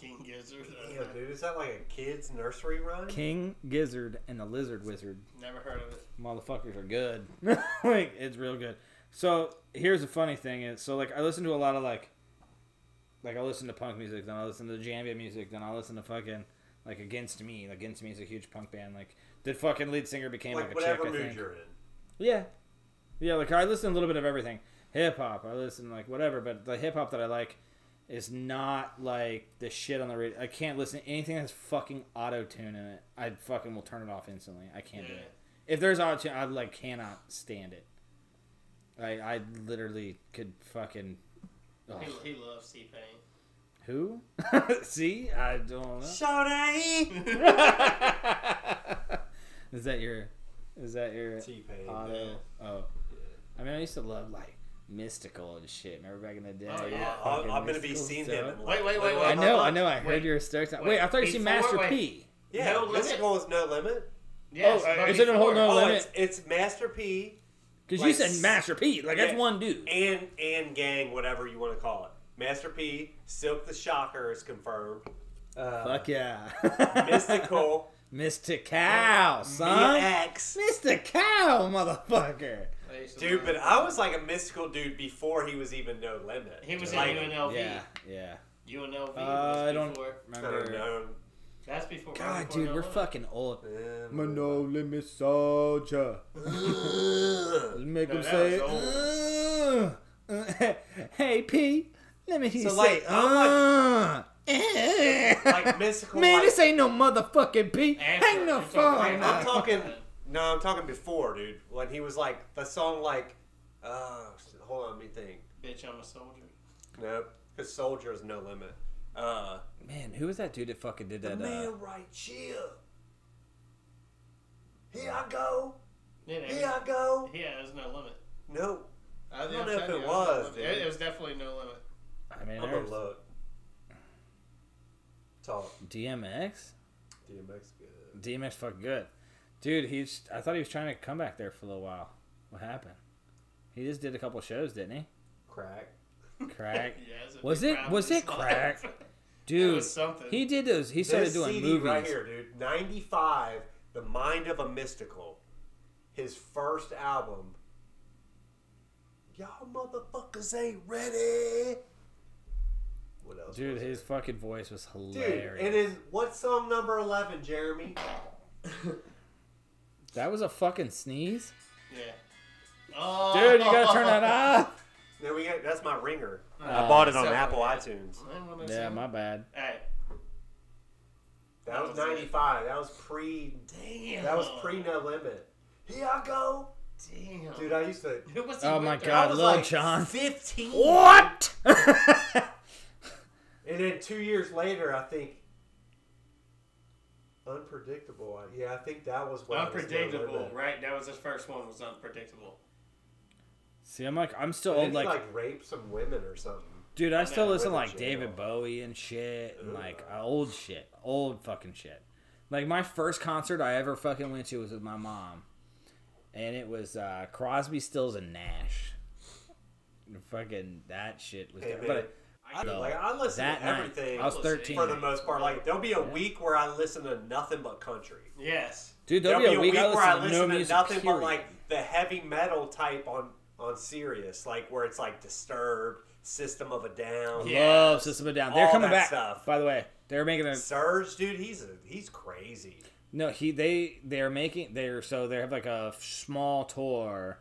King Gizzard. Damn, dude, is that like a kid's nursery rhyme? King Gizzard and the Lizard Wizard. Never heard of it. Motherfuckers are good. like, it's real good. So, here's the funny thing is, so, like, I listen to a lot of, like, like, I listen to punk music, then I listen to jambia music, then I listen to fucking, like, Against Me. Against Me is a huge punk band. Like, the fucking lead singer became, like, Like, a chick, whatever I mood think. you're in. Yeah. Yeah, like I listen to a little bit of everything. Hip hop, I listen like whatever, but the hip hop that I like is not like the shit on the radio. I can't listen to anything that's fucking auto tune in it. I fucking will turn it off instantly. I can't do Yeah. it. If there's auto tune, I like cannot stand it. I I literally could fucking ugh. He, he loves C Oh, Pain. who? See, I don't know. Shawty! Is that your? Is that your? T-Pain. Auto. Oh. I mean, I used to love like mystical and shit. Remember back in the day? Oh, yeah. Yeah, Fucking I'm, I'm gonna be Mystical's seeing dope. him. in, Wait, wait, wait, wait. I know, I know. I Wait, heard you were stoked. Wait, wait, I thought you said before- Master wait. P. Yeah, No Limit. Mystical is no limit. Yes, Oh, uh, but is it in Hold before- No Oh, Limit? it's it's Master P Because Like, you said Master P. Like yeah. that's one dude. and and gang, whatever you want to call it. Master P, Silk the Shocker is confirmed. Uh, Fuck yeah. Mystical, Mr. Cow, son. BX. Mr. Cow, motherfucker. I used to Dude, love but it. I was like a mystical dude before he was even no limit. he was in like, UNLV. Yeah, yeah. UNLV. Uh, was I don't before. I don't remember. know. That's before. right God, before dude, No we're Limit. fucking old. Eh, limit soldier. Ugh. Make No, him that say, "Uh, uh, "Hey P, let me hear So, you like, say." I'm uh, uh." like mystical. man, like, this ain't no motherfucking P. After, Hang the you're talking phone. about- I'm talking. No, I'm talking before, dude. When he was like the song, like, uh, hold on, let me think. Bitch, I'm a soldier. Nope, because soldier is no limit. Uh, Man, who was that dude that fucking did the that? man Uh, right here. Here I go. Yeah, there- Here I go. yeah, there's no limit. No, I, don't know if it was, dude. It, it was definitely no limit. I mean, I'm gonna there's look. Talk. DMX. DMX good. DMX fucking good, dude. He's. I thought he was trying to come back there for a little while. What happened? He just did a couple shows, didn't Crack. he? Crack, Yeah, it's a Was big it- problem was in it his life. crack? it dude. was something. He did those. He started this doing CD movies. right here, dude. 95, The Mind of a Mystical. His first album. Y'all motherfuckers ain't ready. What else? Dude, was it? his fucking voice was Dude, hilarious. and then what's song number 11, Jeremy? That was a fucking sneeze. yeah. Oh. Dude, you gotta turn that off. There we go. That's my ringer. Uh, I bought it on separate, Apple yeah. iTunes. Yeah, my bad. Hey, That was That was it. 95. That was pre damn. That was pre No Limit. Here I go. Damn. Dude, I used to. Who was he Oh my with? I God, was Lil like Jon. 15. What? And then two years later, I think. Unpredictable. I- Yeah, I think that was what I was gonna live Unpredictable, in. right? That was his first one. Was unpredictable. See, I'm like, I'm still Didn't old. he, Like, like rape some women or something. dude, I still Yeah, listen to with the like David jail. Bowie and shit, and like old shit, old fucking shit. Like my first concert I ever fucking went to was with my mom, and it was uh, Crosby, Stills, and Nash. Fucking that shit was. Hey, dope. man, but I, No. like I listen that to night, everything I was I was 13. for the most part. Like there'll be a Yeah. week where I listen to nothing but country. Yes. Dude, there'll, be a week, I listen, where I to no listen music. to nothing period. but like the heavy metal type on on Sirius, like where it's like Disturbed, System of a Down, Yeah. Love System of a Down. They're All coming that back. stuff. By the way, they're making a Surge, dude. He's a, he's crazy. no. He they they're making they're so they have like a small tour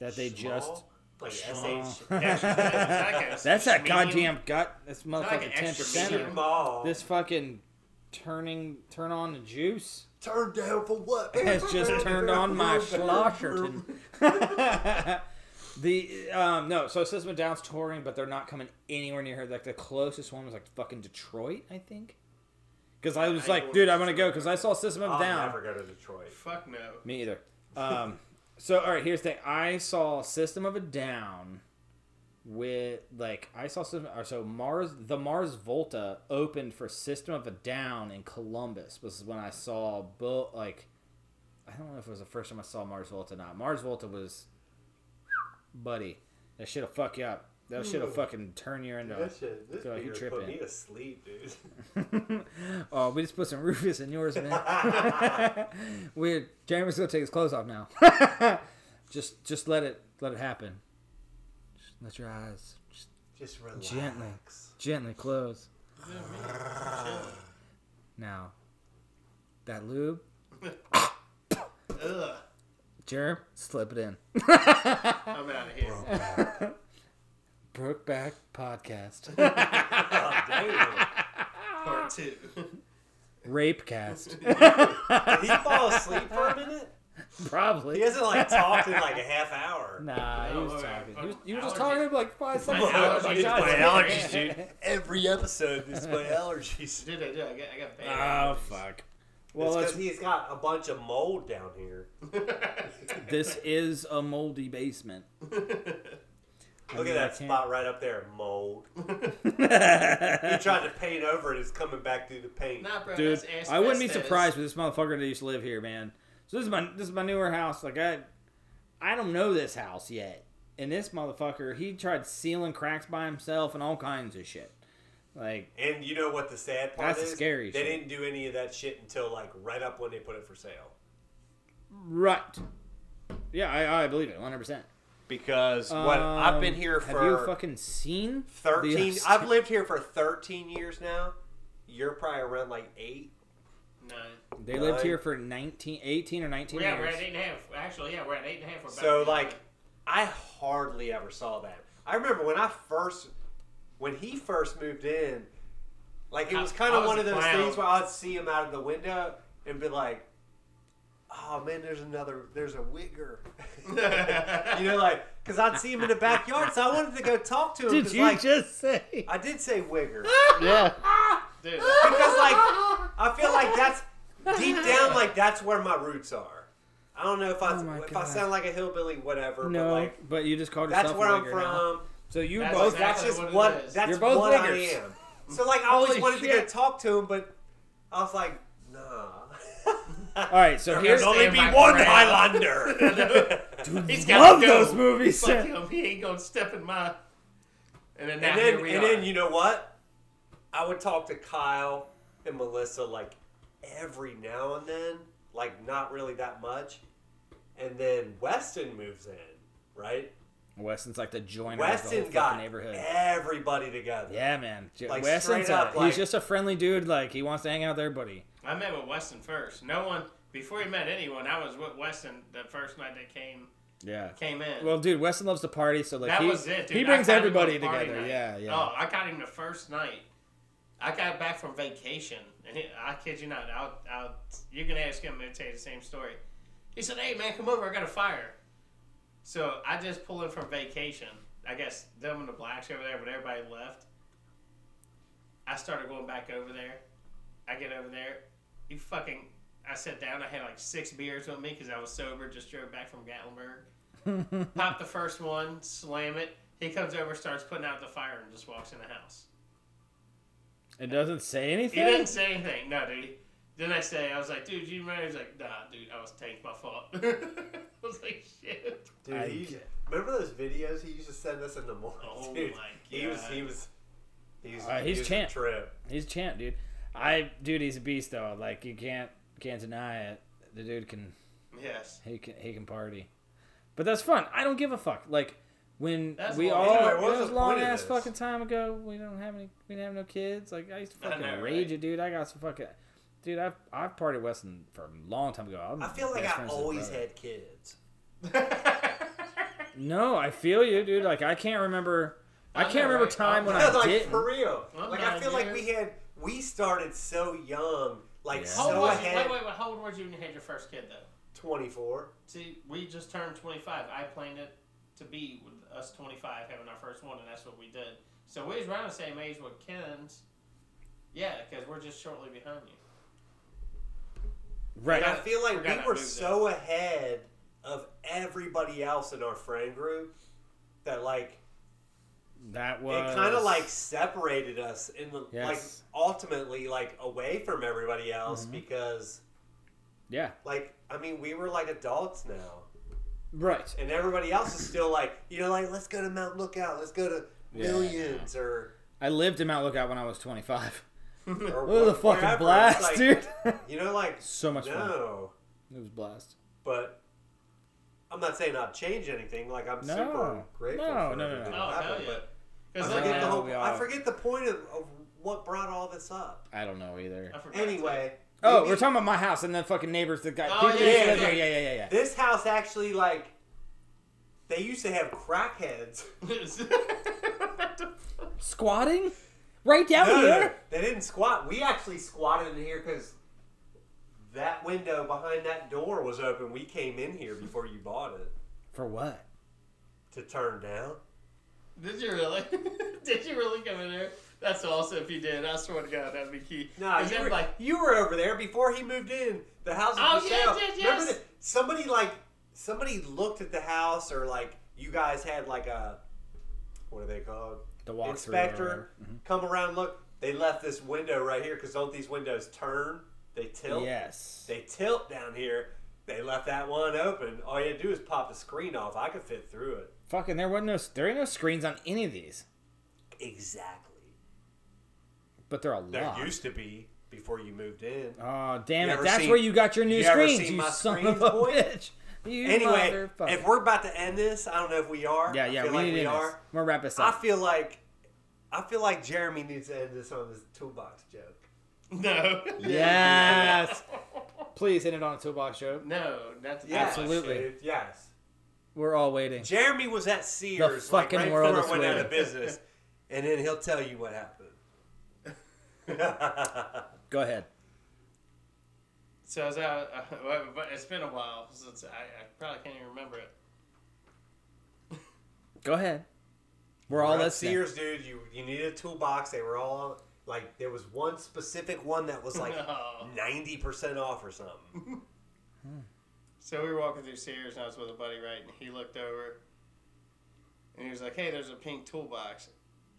that they just. Small, like sh That's That's that goddamn gut. That's like motherfucking an ten extra percent. medium. Small. This fucking turning turn on the juice turned down for what? has just turned on my schlosserton. the um no, so System of a Down's touring, but they're not coming anywhere near here. Like the closest one was like fucking Detroit, I think. Because I was I like, know dude, I want to go Detroit. because I saw System of a I'll Down. never go to Detroit. Fuck no. Me either. Um, so all right, here's the thing. I saw System of a Down with like I saw System or so Mars the Mars Volta opened for System of a Down in Columbus. Was when I saw both like I don't know if it was the first time I saw Mars Volta or not. Mars Volta was buddy. That shit'll fuck you up. That shit'll fucking turn you into. That shit, this So beer you put tripping. me to sleep, dude. oh, we just put some Rufus in yours, man. Weird. Jeremy's gonna take his clothes off now. just, just let it, let it happen. Just let your eyes just Just relax. Gently. gently close. Now, that lube, Ugh. Jerem, slip it in. I'm out of here. Brokeback podcast, Oh, damn. Part two. rapecast, Did he fall asleep for a minute? He probably. hasn't like talked in like a half hour. Nah, he No, was wait, talking. fuck You, you were allergies. just talking to like five seconds. allergies, Oh, God. my allergies, dude. Every episode, this is my allergies. Did I do? I got, I got bad. Oh fuck. Well, Well, because let's he's got a bunch of mold down here. Ah, This is a moldy basement. Look at mean, I that can't- spot right up there, mold. He tried to paint over it. It's coming back through the paint. Nah, bro. Dude, that's I wouldn't be asbestos. surprised if this motherfucker that used to live here, man. So this is my this is my newer house. Like I, I don't know this house yet. And this motherfucker, he tried sealing cracks by himself and all kinds of shit. Like And you know what the sad part That's the is? scary They shit. didn't do any of that shit until like right up when they put it for sale. right. Yeah, I, I believe it, 100. percent Um, Because what I've been here Have you for fucking seen the 13. upst- I've lived here for 13 years now. You're probably around like eight. No. they lived Nine. here for 19, 18 or 19 Yeah, we're years. at eight and a half. Actually, yeah, we're at eight and a half. We're So back. like, I hardly ever saw that. I remember when I first, when he first moved in, like it I- was kind I of was one a of those clown. things where I'd see him out of the window and be like, "Oh man, there's another, there's a wigger," you know, like because I'd see him in the backyard, so I wanted to go talk to him. Did 'cause, you like, just say? I did say wigger Yeah. Dude, because like I feel like that's deep down, like that's where my roots are. I don't know if I Oh my if I God. sound like a hillbilly, whatever, but No, like. but you just called yourself. That's where a I'm wigger now. from. So you That's both. exact- That's just what it one. is. That's You're both what niggers. I am. So like, I always Holy wanted to go shit. talk to him, but I was like, nah. All right, so here's only be one Highlander. he's love gotta go. those movies. Fuck him. He ain't gonna step in my. And then, now and then, here we and are. then you know what? I would talk to Kyle and Melissa like every now and then, like not really that much. And then Weston moves in, right? Weston's like the joiner of the Weston whole got fucking neighborhood. everybody together. Yeah, man. J- Like, Weston's straight a, up, like- he's just a friendly dude. Like he wants to hang out with everybody. I met with Weston first. No one before he met anyone. I was with Weston the first night they came Yeah. came in. Well, dude, Weston loves to party, so like that he, was it. Dude. he I brings caught him on everybody a party together. night. Yeah, yeah. Oh, I caught him the first night. I got back from vacation, and he, I kid you not, I'll, I'll, you can ask him. He'll tell you the same story. He said, "Hey man, come over. I got a fire." So I just pulled in from vacation. I guess them and the blacks over there, but everybody left. I started going back over there. I get over there. You fucking. I sat down. I had like six beers with me because I was sober. Just drove back from Gatlinburg. Pop the first one, slam it. He comes over, starts putting out the fire, and just walks in the house. It doesn't say anything. He didn't say anything. No, dude. The next day, I was like, dude, you married? He's like, nah, dude, I was tanked. My fault. I was like, shit. Dude, I he used- get- remember those videos he used to send us in the morning? Oh dude? my He was God. he was he was, Uh, he he's was a champ. trip. He's champ, dude. I dude, he's a beast though. Like you can't can't deny it. The dude can Yes. he can he can party, but that's fun. I don't give a fuck. Like when That's we long. all Anyway, it what's was the long point of ass this? fucking time ago. We don't have any. We didn't have no kids. Like I used to I fucking know, rage right? it, dude. I got some fucking. Dude, I've I've partied Weston for a long time ago. I'm I feel like best I friends with his always brother. had kids. No, I feel you, dude. Like I can't remember. I, I can't know, remember right? time when No, I like didn't. for real. I'm like not I feel like either. we had we started so young, like Yeah. How old so was you? Wait, ahead. wait, wait. How old were you when you had your first kid, though? Twenty four. See, we just turned 25. I planned it to be with us 25 having our first one, and that's what we did. So we was around the same age with Ken's. Yeah, because we're just shortly behind you. Right. And I Forgot- feel like forgot we I were moved so ahead of everybody else in our friend group that like That was it kind of like separated us in the Yes. like ultimately like away from everybody else Mm-hmm. because yeah. like I mean we were like adults now Right. and everybody else is still like you know like let's go to Mount Lookout let's go to Yeah. Millions or I lived in Mount Lookout when I was 25. or It was a wh- fucking wherever. It's blast, like, dude. you know like so much fun. no It was a blast. but I'm not saying I'd change anything like I'm No. super grateful No, for no, no, everything no. that Oh, hell happened, yeah. but I 'Cause Uh, look forget at the now whole we I are- forget the point of, of what brought all this up I don't know either. I forgot anyway Oh, maybe- we're talking about my house and the fucking neighbors. The guy. Oh, yeah, people used to yeah, live there. yeah. yeah, yeah, yeah, yeah. This house actually like they used to have crackheads. to- Squatting, right down here. they didn't squat. We actually squatted in here because that window behind that door was open. We came in here before you bought it For what? to turn down. Did you really? did you really come in there? That's awesome. If you did, I swear to God, that'd be key. No, Is you were, everybody- you were over there before he moved in. The house was Oh, for yes, sale. yes, Remember yes. that- somebody like somebody looked at the house or like you guys had like a what are they called? The walkthrough. or inspector whatever. Mm-hmm. come around look they left this window right here because don't these windows turn they tilt Yes. they tilt down here they left that one open all you had to do is pop the screen off i could fit through it Fucking. There wasn't no. There ain't no screens on any of these. exactly But they're a there lot. used to be before you moved in Oh damn You it! ever That's seen- where you got your new you ever screens, seen you my son screens, of a boy? bitch. You anyway motherfucker. if we're about to end this i don't know if we are yeah, I yeah, feel we like need we to end are this. I'm gonna wrap this i up. feel like i feel like jeremy needs to end this on his toolbox joke no. Yes. Please hit it on a toolbox show. no, that's Yes, Absolutely. dude, yes We're all waiting. Jeremy was at Sears The fucking like, right world before is it went out of waiting. business, and then he'll tell you what happened. Go ahead. So as I, uh, well, but it's been a while since I, I probably can't even remember it. Go ahead. We're all We're at listening. Sears, dude. You you needed a toolbox. They were all like there was one specific one that was like No. ninety percent off or something. So we were walking through Sears, and I was with a buddy, right? And he looked over, and he was like, "Hey, there's a pink toolbox."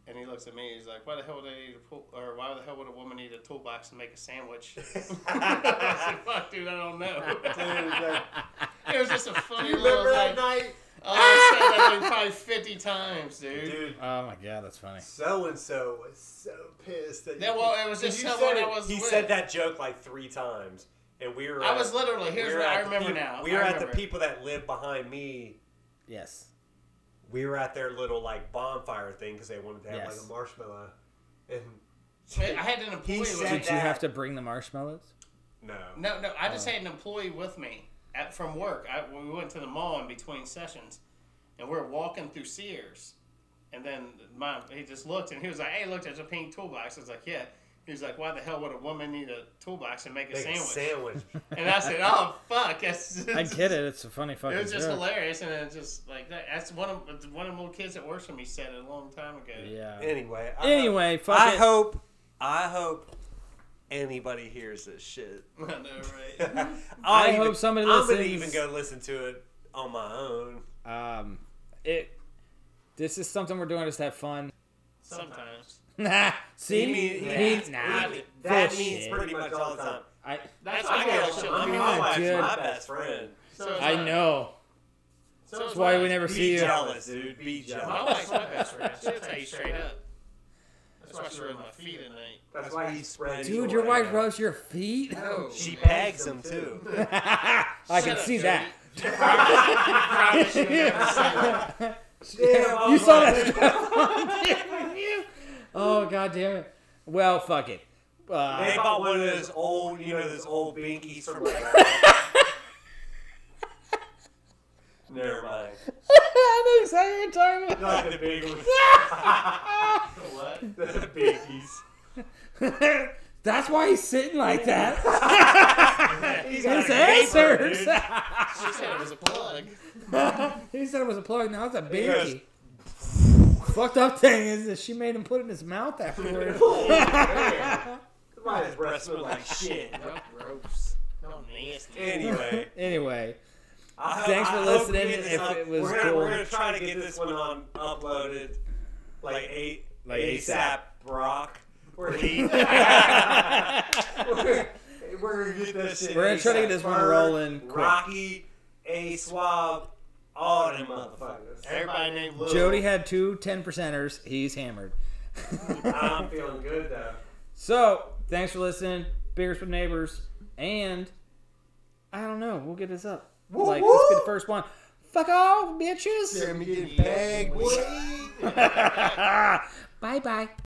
And he looks at me. He's like, "Why the hell would I need a pool, or why the hell would a woman need a toolbox to make a sandwich?" I was like, "Fuck, dude, I don't Dude, know." like, it was just a funny. you little, remember that like- night, Oh, I said that like probably fifty times, dude. dude? Oh my god, that's funny. So and so was so pissed that. Yeah, well, it was Did just you someone said I it- was He with. said that joke like three times, and we were. I at- was literally we here's were what at I the remember peop- now. We were I at the remember. people that lived behind me. Yes. we were at their little like bonfire thing because they wanted to have Yes. like a marshmallow, and I had an employee. with said me. Did you that- have to bring the marshmallows? no, No, no. I Oh. just had an employee with me at, from work. I, we went to the mall in between sessions, and we are walking through Sears, and then my he just looked and he was like, "Hey, look, there's a pink toolbox." I was like, "Yeah." He's like, why the hell would a woman need a toolbox and make a Make sandwich? a sandwich. And I said, oh fuck, that's. I get it. It's a funny fucking. It was just joke. hilarious, and it's just like that. That's one of one of the little kids that works for me said it a long time ago. Yeah. Anyway. I Anyway, hope, fuck I it. hope. I hope anybody hears this shit. I know, right? I'll I hope somebody I'm gonna listens. even go listen to it on my own. Um, it. This is something we're doing just to have fun. Sometimes. Nah. See, You mean- He's yeah. not. Really? That Bullshit. means pretty much all the time. I That's I my get girl. all the shit. time. I mean, Oh, my wife's dude. my best friend. So is I mine. know. So That's is why we mine. never see Be you. jealous, dude. Be My jealous. wife's my best friend. She'll tell you straight up. That's why she rubbed my feet at night. That's why he's spreading. Dude, your wife rubs your feet. She pegs him too. Oh. I can Shut Oh, up, see Jody. that. I promise you'll never see her. you saw Oh, that stuff. oh god damn it. Well, fuck it. They Uh, bought one of those old, you know, those old binkies from like. Never mind. I know exactly what you're talking about. Not the big ones. What? The binkies. That's why he's sitting like that. He's His got a ass caper, hurts. dude. She said it was a plug. he said it was a plug. Now it's a goes- binky. Fucked up thing is that she made him put it in his mouth afterwards. Why his breath smell like shit? Gross. No nasty. Anyway, anyway, I hope- Thanks for I hope listening. we get this If up- it was we're gonna, cool- we're gonna try to get this one on uploaded, like eight, Like ASAP, Brock. We're, we're, we're gonna get this shit. We're gonna try to get ASAP. this one Bird, rolling quick. Rocky, A Swab, all them motherfuckers. Everybody named Lil. Jody had two 10 percenters. He's hammered. I'm feeling good though. So, thanks for listening, Beers with Neighbors, and I don't know, we'll get this up. like, this be the first one. Fuck off, bitches! Let me get bagged. bye bye.